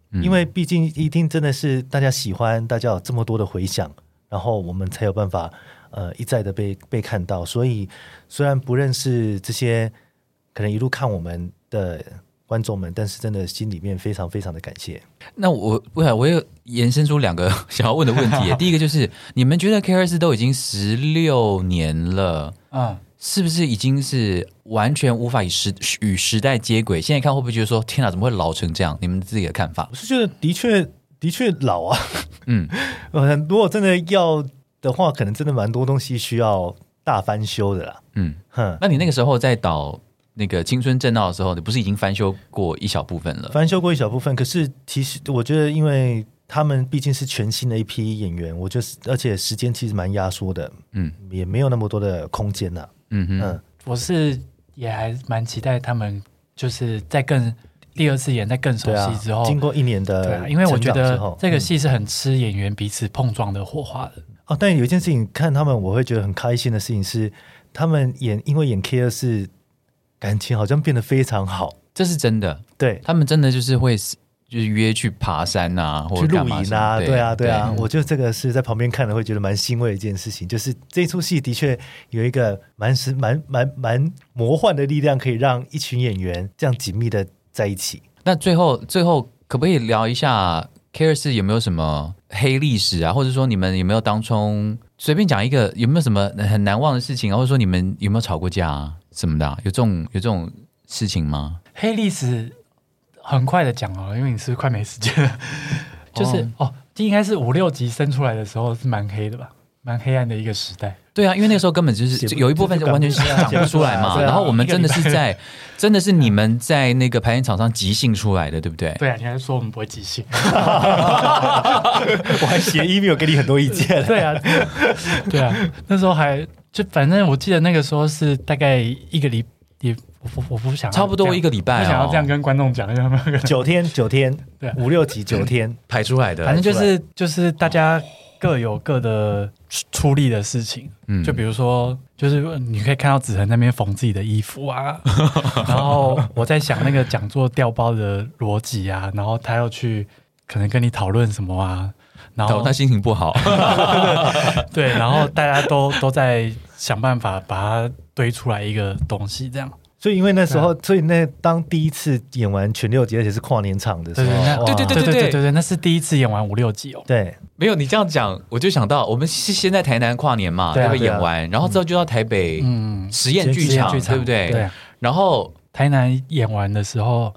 Speaker 3: 嗯
Speaker 4: 因为毕竟一定真的是大家喜欢，大家有这么多的回响，然后我们才有办法呃一再的被被看到。所以虽然不认识这些可能一路看我们的观众们，但是真的心里面非常非常的感谢。
Speaker 3: 那我不啊然我又延伸出两个 想要问的问题 耶，第一个就是你们觉得 K 二四都已经十六年了。
Speaker 2: 嗯，
Speaker 3: 是不是已经是完全无法与时与时代接轨？现在看会不会觉得说，天哪，怎么会老成这样？你们自己的看法
Speaker 4: 我？是觉得的确的确老啊，
Speaker 3: 嗯，
Speaker 4: 呃，如果真的要的话，可能真的蛮多东西需要大翻修的啦。
Speaker 3: 嗯，
Speaker 4: 哼，
Speaker 3: 那你那个时候在导那个《青春正道》的时候，你不是已经翻修过一小部分了？
Speaker 4: 翻修过一小部分，可是其实我觉得，因为他们毕竟是全新的一批演员，我就是而且时间其实蛮压缩的，
Speaker 3: 嗯
Speaker 4: 也没有那么多的空间呐、
Speaker 3: 嗯哼，
Speaker 4: 嗯，
Speaker 2: 我是也还蛮期待他们，就是在更第二次演，在更熟
Speaker 4: 对啊
Speaker 2: 悉之后，，
Speaker 4: 经过一年
Speaker 2: 对
Speaker 4: 的、
Speaker 2: 啊，因为我觉
Speaker 4: 之
Speaker 2: 得
Speaker 4: 后
Speaker 2: 这个
Speaker 4: 嗯
Speaker 2: 戏是很吃演员彼此碰撞的火花的。
Speaker 4: 哦，但有一件事情看他们，我会觉得很开心的事情是，他们演因为演 K 二是感情好像变得非常好，
Speaker 3: 这是真的，
Speaker 4: 对，
Speaker 3: 他们真的就是会就是约去爬山啊，或
Speaker 4: 去
Speaker 3: 者
Speaker 4: 露
Speaker 3: 干嘛
Speaker 4: 营
Speaker 3: 什么
Speaker 4: 啊，对啊，对啊，
Speaker 3: 对
Speaker 4: 我觉得这个是在旁边看了会觉得蛮欣慰的一件事情，就是这出戏的确有一个蛮是蛮蛮蛮魔幻的力量，可以让一群演员这样紧密的在 一起。
Speaker 3: 那最后最后可不可以聊一下 K 二四有没有什么黑历史啊，或者说你们有没有当中随便讲一个有没有什么很难忘的事情啊，或者说你们有没有吵过架啊什么的啊、有这种有这种事情吗？
Speaker 2: 黑历史很快的讲哦，因为你是不是快没时间了， 就是哦这应该是五六集生出来的时候是蛮黑的吧，蛮黑暗的一个时代。
Speaker 3: 对啊，因为那个时候根本就是
Speaker 4: 写不
Speaker 3: 有一部分完全是
Speaker 4: 就是
Speaker 3: 长 不出来
Speaker 4: 写不
Speaker 3: 嘛，
Speaker 4: 出来啊
Speaker 3: 然后我们真的是在，真的是你们在那个排练场上即兴出来的，对不对？
Speaker 2: 对啊，你还说我们不会即兴？
Speaker 4: 我还写 email 给你很多意见，
Speaker 2: 对啊，对啊，那时候还就反正我记得那个时候是大概一个礼，也我不我不想要
Speaker 3: 差不
Speaker 2: 这
Speaker 3: 多
Speaker 2: 样
Speaker 3: 一个礼拜、哦，
Speaker 2: 不想要这样跟观众讲，有没有？
Speaker 4: 九天九天
Speaker 2: 对啊，
Speaker 4: 五六集 九天，
Speaker 3: 排出来的，
Speaker 2: 反正就是就是大家各有各的出出力的事情，
Speaker 3: 嗯
Speaker 2: 就比如说，就是你可以看到子恒那边缝自己的衣服 啊，然后我在想那个讲座调包的逻辑啊，然后他要去可能跟你讨论什么啊，然后
Speaker 3: 哦他心情不 好，
Speaker 2: 对，然后大家 都都在想办法把它堆出来一个东西，这样。
Speaker 4: 所以因为那时候，
Speaker 3: 啊
Speaker 4: 所以那当第一次演完全六集，而且是跨年场的时
Speaker 2: 对
Speaker 4: 候
Speaker 2: 对那，
Speaker 4: 哇
Speaker 3: 对
Speaker 2: 对对对对，那是第一次演完五六集哦。
Speaker 4: 对，
Speaker 3: 没有你这样讲，我就想到我们是先在台南跨年嘛，
Speaker 2: 对啊
Speaker 3: 不对？
Speaker 4: 对啊
Speaker 3: 演完，然后之后就到台北
Speaker 2: 嗯，
Speaker 3: 实验剧
Speaker 2: 实验
Speaker 3: 场，
Speaker 2: 剧
Speaker 3: 对
Speaker 2: 场
Speaker 3: 不对？
Speaker 2: 对啊。
Speaker 3: 然后
Speaker 2: 台南演完的时候，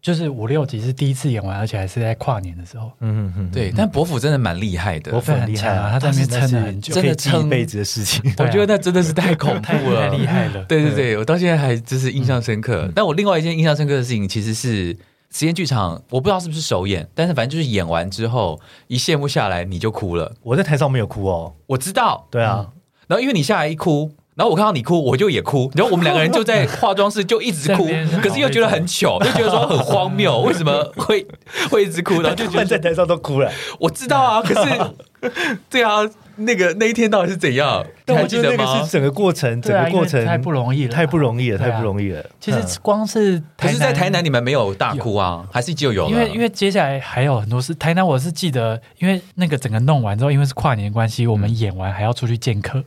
Speaker 2: 就是五六集是第一次演完，而且还是在跨年的时候，
Speaker 4: 嗯嗯嗯，
Speaker 3: 对，但伯府真的蛮厉害的
Speaker 4: 我，
Speaker 2: 这
Speaker 4: 很
Speaker 2: 很
Speaker 4: 厉害
Speaker 2: 强啊，他在那边
Speaker 4: 但是
Speaker 2: 撑了很久，
Speaker 3: 真
Speaker 4: 可
Speaker 3: 的
Speaker 4: 以记一
Speaker 3: 撑
Speaker 4: 辈子的事情。
Speaker 2: 对
Speaker 3: 我
Speaker 2: 啊
Speaker 3: 觉得那真的是太恐
Speaker 2: 太
Speaker 3: 怖了，
Speaker 2: 太厉害了。嗯
Speaker 3: 对对对，我到现在还就是印象深刻。但我另外一件印象深刻的事情，其实是实验剧场，我不知道是不是首演，但是反正就是演完之后，一谢幕下来你就哭了。
Speaker 4: 我在台上没有哭哦，
Speaker 3: 我知道，
Speaker 4: 对啊，
Speaker 3: 然后因为你下来一哭。然后我看到你哭，我就也哭，然后我们两个人就在化妆室就一直哭
Speaker 2: 在那边，
Speaker 3: 可是又觉得很糗，就觉得说很荒谬，为什么会会一直哭？然后就
Speaker 4: 他
Speaker 3: 觉
Speaker 4: 们
Speaker 3: 得
Speaker 4: 在台上都哭了。
Speaker 3: 我知道啊，可是对啊，那个那一天到底是怎样？
Speaker 4: 但
Speaker 3: 你
Speaker 4: 我
Speaker 3: 还记
Speaker 4: 觉
Speaker 3: 得
Speaker 4: 得那
Speaker 3: 吗？
Speaker 4: 个是整个过程，整
Speaker 2: 对啊
Speaker 4: 个过
Speaker 2: 因为
Speaker 4: 程
Speaker 2: 太不容易了，
Speaker 4: 太不容易了，
Speaker 2: 对啊
Speaker 4: 太不容易了。嗯
Speaker 2: 其实光是
Speaker 3: 可
Speaker 2: 台
Speaker 3: 是，
Speaker 2: 南
Speaker 3: 在台南你们没有大哭啊，还是就有了？
Speaker 2: 因为因为接下来还有很多事，台南我是记得，因为那个整个弄完之后，因为是跨年关系，我们演完还要出去见客，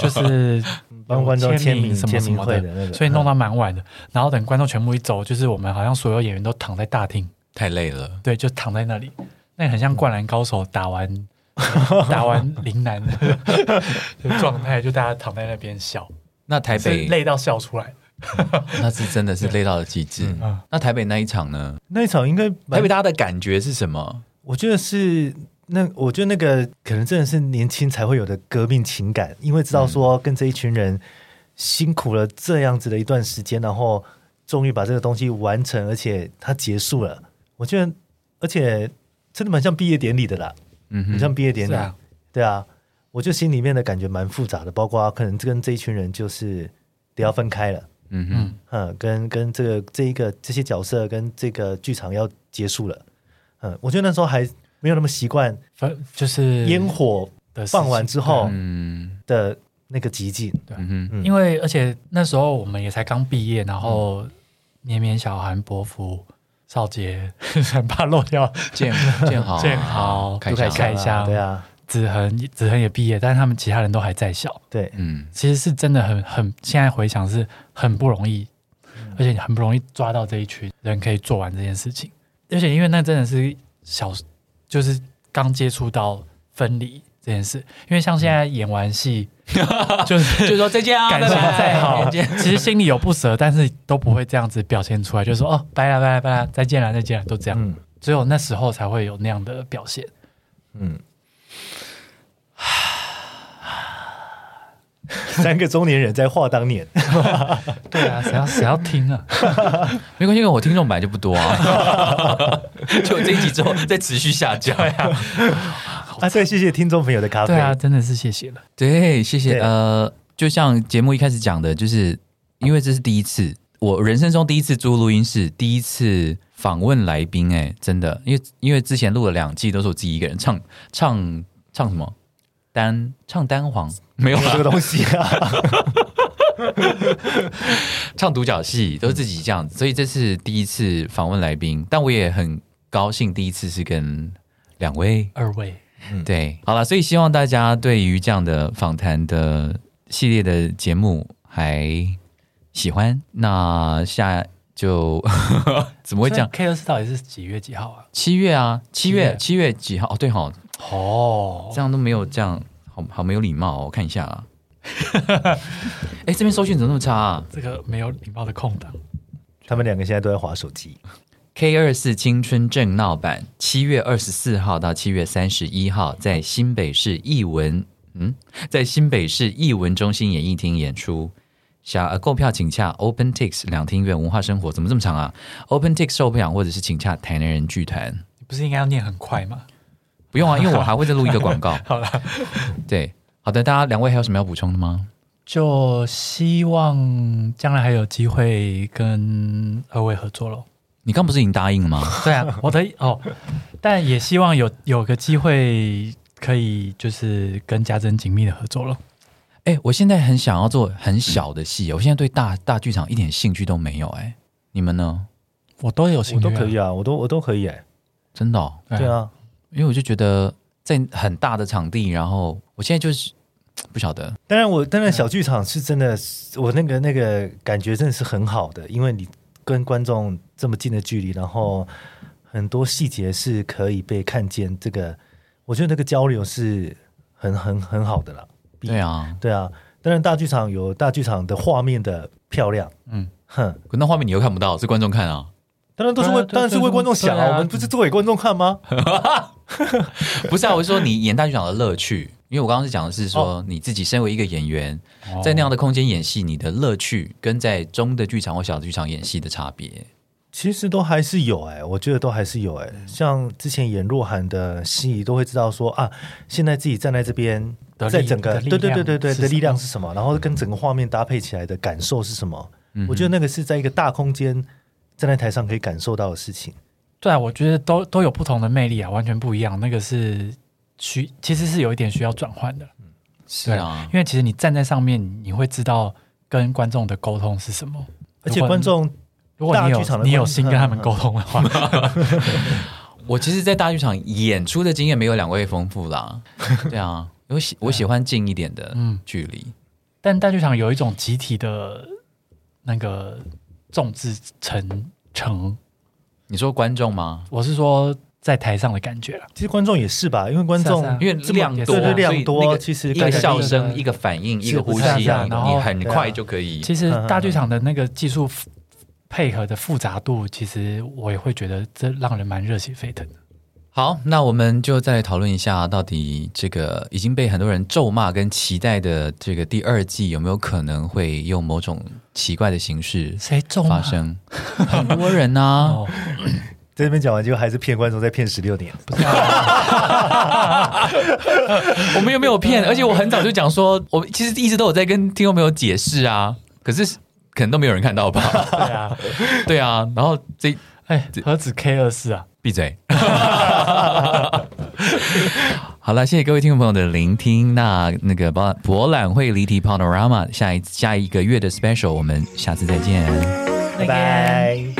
Speaker 2: 就是
Speaker 4: 帮观众签名
Speaker 2: 什么什
Speaker 4: 签名
Speaker 2: 么
Speaker 4: 会的那个
Speaker 2: 所以弄到蛮晚的。然后等观众全部一走，就是我们好像所有演员都躺在大厅，
Speaker 3: 太累了，
Speaker 2: 对，就躺在那里，那很
Speaker 4: 嗯
Speaker 2: 像灌篮高手打完打 完陵南的状态，就大家躺在那边笑，
Speaker 3: 那台
Speaker 2: 是
Speaker 3: 北
Speaker 2: 累到笑出来。
Speaker 3: 那是真的是累到了极致。
Speaker 2: 嗯
Speaker 3: 那台北那一场呢？
Speaker 4: 那一场应该
Speaker 3: 台
Speaker 4: 蛮
Speaker 3: 北大家的感觉是什么？
Speaker 4: 我觉得是那，我觉得那个可能真的是年轻才会有的革命情感，因为知道说跟这一群人辛苦了这样子的一段时间，然后终于把这个东西完成，而且它结束了。我觉得，而且真的蛮像毕业典礼的啦，
Speaker 3: 嗯
Speaker 4: 很像毕业典礼，
Speaker 2: 是啊
Speaker 4: 对啊。我就心里面的感觉蛮复杂的，包括可能跟这一群人就是得要分开了，
Speaker 3: 嗯哼
Speaker 2: 嗯，
Speaker 4: 嗯，跟跟这个这一个这些角色跟这个剧场要结束了，嗯，我觉得那时候还没有那么习惯
Speaker 2: 反就是
Speaker 4: 烟火
Speaker 2: 的事
Speaker 4: 放完
Speaker 2: 情
Speaker 4: 之后
Speaker 3: 嗯
Speaker 4: 的那个极境，
Speaker 3: 嗯哼，
Speaker 4: 嗯
Speaker 2: 因为而且那时候我们也才刚毕业，然后绵绵、小韩、伯福、少杰、 很怕漏掉、
Speaker 3: 建建 豪啊
Speaker 2: 建豪、
Speaker 3: 开
Speaker 2: 杜凯
Speaker 3: 箱
Speaker 2: 开箱，
Speaker 4: 对，啊，
Speaker 2: 子恒子恒也毕业，但是他们其他人都还在校，
Speaker 4: 对，
Speaker 3: 嗯，
Speaker 2: 其实是真的很很，现在回想是很不容易，而且你很不容易抓到这一群人可以做完这件事情，而且因为那真的是小，就是刚接触到分离这件事，因为像现在演完 戏，就 是
Speaker 3: 就说再见啊，
Speaker 2: 感
Speaker 3: 拜
Speaker 2: 情
Speaker 3: 拜
Speaker 2: 再好，其实心里有不舍，但是都不会这样子表现出来，就说哦，拜了拜了拜了，再见了再见了，都这样。
Speaker 4: 嗯
Speaker 2: 只有那时候才会有那样的表现。
Speaker 4: 嗯，三个中年人在话当年，
Speaker 2: 对啊，谁要谁要听啊？
Speaker 3: 没关系，因为我听众本来就不多啊， 就这一集之后再持续下 降。
Speaker 4: 啊，对，谢谢听众朋友的咖 啡，
Speaker 2: 对啊，真的是谢谢了。
Speaker 3: 对，谢谢。
Speaker 4: 对啊
Speaker 3: 呃，就像节目一开始讲的，就是因为这是第一次，我人生中第一次租录音室，第一次访问来宾，哎，真的，因为因为之前录了两季都是我自己一个人唱唱唱什么单唱单簧没有
Speaker 4: 没有
Speaker 3: 啦
Speaker 4: 这个东西啊，
Speaker 3: 唱独角戏都是自己这样子，所以这是第一次访问来宾，但我也很高兴，第一次是跟两位
Speaker 2: 二位，
Speaker 3: 对，好了，所以希望大家对于这样的访谈的系列的节目还喜欢。那下就 怎么会这样？
Speaker 2: K 二四到底是几月几号啊？
Speaker 3: 七月啊，七月
Speaker 2: 七
Speaker 3: 七月几号？哦，对哈、
Speaker 2: 哦
Speaker 3: 这，样都没有这样，好好没有礼貌、哦。我看一下啊。 哎，这边搜讯怎么那么差啊
Speaker 2: 这个没有礼貌的空档，
Speaker 4: 他们两个现在都在划手机，
Speaker 3: ？K 二四青春正闹版，七月二十四号到七月三十一号，在新北市艺文嗯，在新北市艺文中心演艺厅演出。想呃购票请洽 OpenTix 两厅院文化生活，怎么这么长啊？OpenTix 售票或者是请洽台南人剧团。
Speaker 2: 你不是应该要念很快吗？
Speaker 3: 不 用啊，因为我还会再录一个广告。
Speaker 2: 好啦，
Speaker 3: 对，好的，大家两位还有什么要补充的吗？
Speaker 2: 就希望将来还有机会跟二位合作喽。
Speaker 3: 你刚不是已经答应了吗？
Speaker 2: 对啊， 我的哦，但也希望有有个机会可以就是跟家珍紧密的合作了。
Speaker 3: 哎、我现在很想要做很小的戏，我现在对大大剧场一点兴趣都没有、哎，你们呢？
Speaker 2: 我都有兴
Speaker 4: 我
Speaker 2: 趣、
Speaker 4: 都可以，啊，我都我都可以哎，
Speaker 3: 真的、哦？
Speaker 4: 对，啊，
Speaker 3: 因为我就觉得在很大的场地，然后我现在就是不晓得，
Speaker 4: 当然我当然
Speaker 2: 嗯
Speaker 4: 小剧场是真的，我那个那个感觉真的是很好的，因为你跟观众这么近的距离，然后
Speaker 2: 嗯
Speaker 4: 很多细节是可以被看见，这个我觉得那个交流是很很很好的啦。比
Speaker 3: 对啊，
Speaker 4: 对啊，当然大剧场有大剧场的画面的漂亮，
Speaker 2: 嗯，
Speaker 4: 哼，
Speaker 3: 可那画面你又看不到，是观众看啊，
Speaker 4: 当然都是为
Speaker 2: 对啊对
Speaker 4: 当然是为观众想
Speaker 2: 对啊嗯
Speaker 4: 啊，我们不是做给观众看吗？
Speaker 3: 不是啊，我是说你演大剧场的乐趣，因为我刚刚是讲的是说你自己身为一个演员，
Speaker 2: 哦
Speaker 3: 在那样的空间演戏，你的乐趣跟在中的剧场或小的剧场演戏的差别，
Speaker 4: 其实都还是有哎、我觉得都还是有哎、
Speaker 2: 嗯
Speaker 4: 像之前演若涵的戏，都会知道说啊，现在自己站在这边
Speaker 2: 的，力
Speaker 4: 在整个
Speaker 2: 啊哦的力
Speaker 4: 对对
Speaker 2: 量
Speaker 4: 对对对
Speaker 2: 是
Speaker 4: 的
Speaker 2: 什
Speaker 4: 力量
Speaker 2: 么
Speaker 4: 是什么，然后跟整个画面搭配起来的感受是什么？
Speaker 2: 嗯
Speaker 4: 我觉得那个是在一个大空间站在台上可以感受到的事情。
Speaker 2: 对啊，我觉得都都有不同的魅力啊，完全不一样。那个是需其实是有一点需要转换的，
Speaker 3: 是
Speaker 2: 对
Speaker 3: 啊，
Speaker 2: 因为其实你站在上面，你会知道跟观众的沟通是什么。
Speaker 4: 而且观众
Speaker 2: 如果你
Speaker 4: 大剧场
Speaker 2: 有
Speaker 4: 的
Speaker 2: 你有
Speaker 4: 观
Speaker 2: 心跟他们沟通的话，
Speaker 3: 我其实，在大剧场演出的经验没有两位丰富啦。对啊，我喜我喜欢近一点的
Speaker 2: 嗯
Speaker 3: 距离。
Speaker 2: 但大剧场有一种集体的那个众志成城，
Speaker 3: 你说观众吗？
Speaker 2: 我是说在台上的感觉啦。
Speaker 4: 其实观众也是吧，因为观众
Speaker 2: 是啊是啊
Speaker 3: 因为
Speaker 4: 这么
Speaker 3: 量多，
Speaker 4: 对对量
Speaker 3: 所以那
Speaker 4: 多，
Speaker 3: 个
Speaker 4: 其实
Speaker 3: 一
Speaker 4: 大
Speaker 3: 个
Speaker 4: 家
Speaker 3: 笑
Speaker 4: 就
Speaker 3: 声、一个反应、一个呼吸
Speaker 2: 是啊
Speaker 3: 啊，
Speaker 2: 然
Speaker 3: 你
Speaker 2: 后
Speaker 3: 很
Speaker 4: 对啊
Speaker 3: 快就可以。
Speaker 2: 其实大剧场的那个技术配合的复杂度，其实我也会觉得这让人蛮热血沸腾的。
Speaker 3: 好，那我们就再来讨论一下，到底这个已经被很多人咒骂跟期待的这个第二季，有没有可能会用某种奇怪的形式
Speaker 2: 谁中
Speaker 3: 发
Speaker 2: 啊？
Speaker 3: 生？很多人啊，
Speaker 2: 哦，
Speaker 4: 在这边讲完，结果还是骗观众在骗十六年，
Speaker 3: 我们又没有骗，而且我很早就讲说，我其实一直都有在跟听众朋友解释啊，可是可能都没有人看到吧？
Speaker 2: 对啊，
Speaker 3: 对啊，然后这
Speaker 2: 哎，何止 K 二四啊？
Speaker 3: 闭嘴。 好了，谢谢各位听众朋友的聆听。那那个博博览会离题 Panorama 下一下一个月的 Special，我们下次再见。
Speaker 4: 拜拜。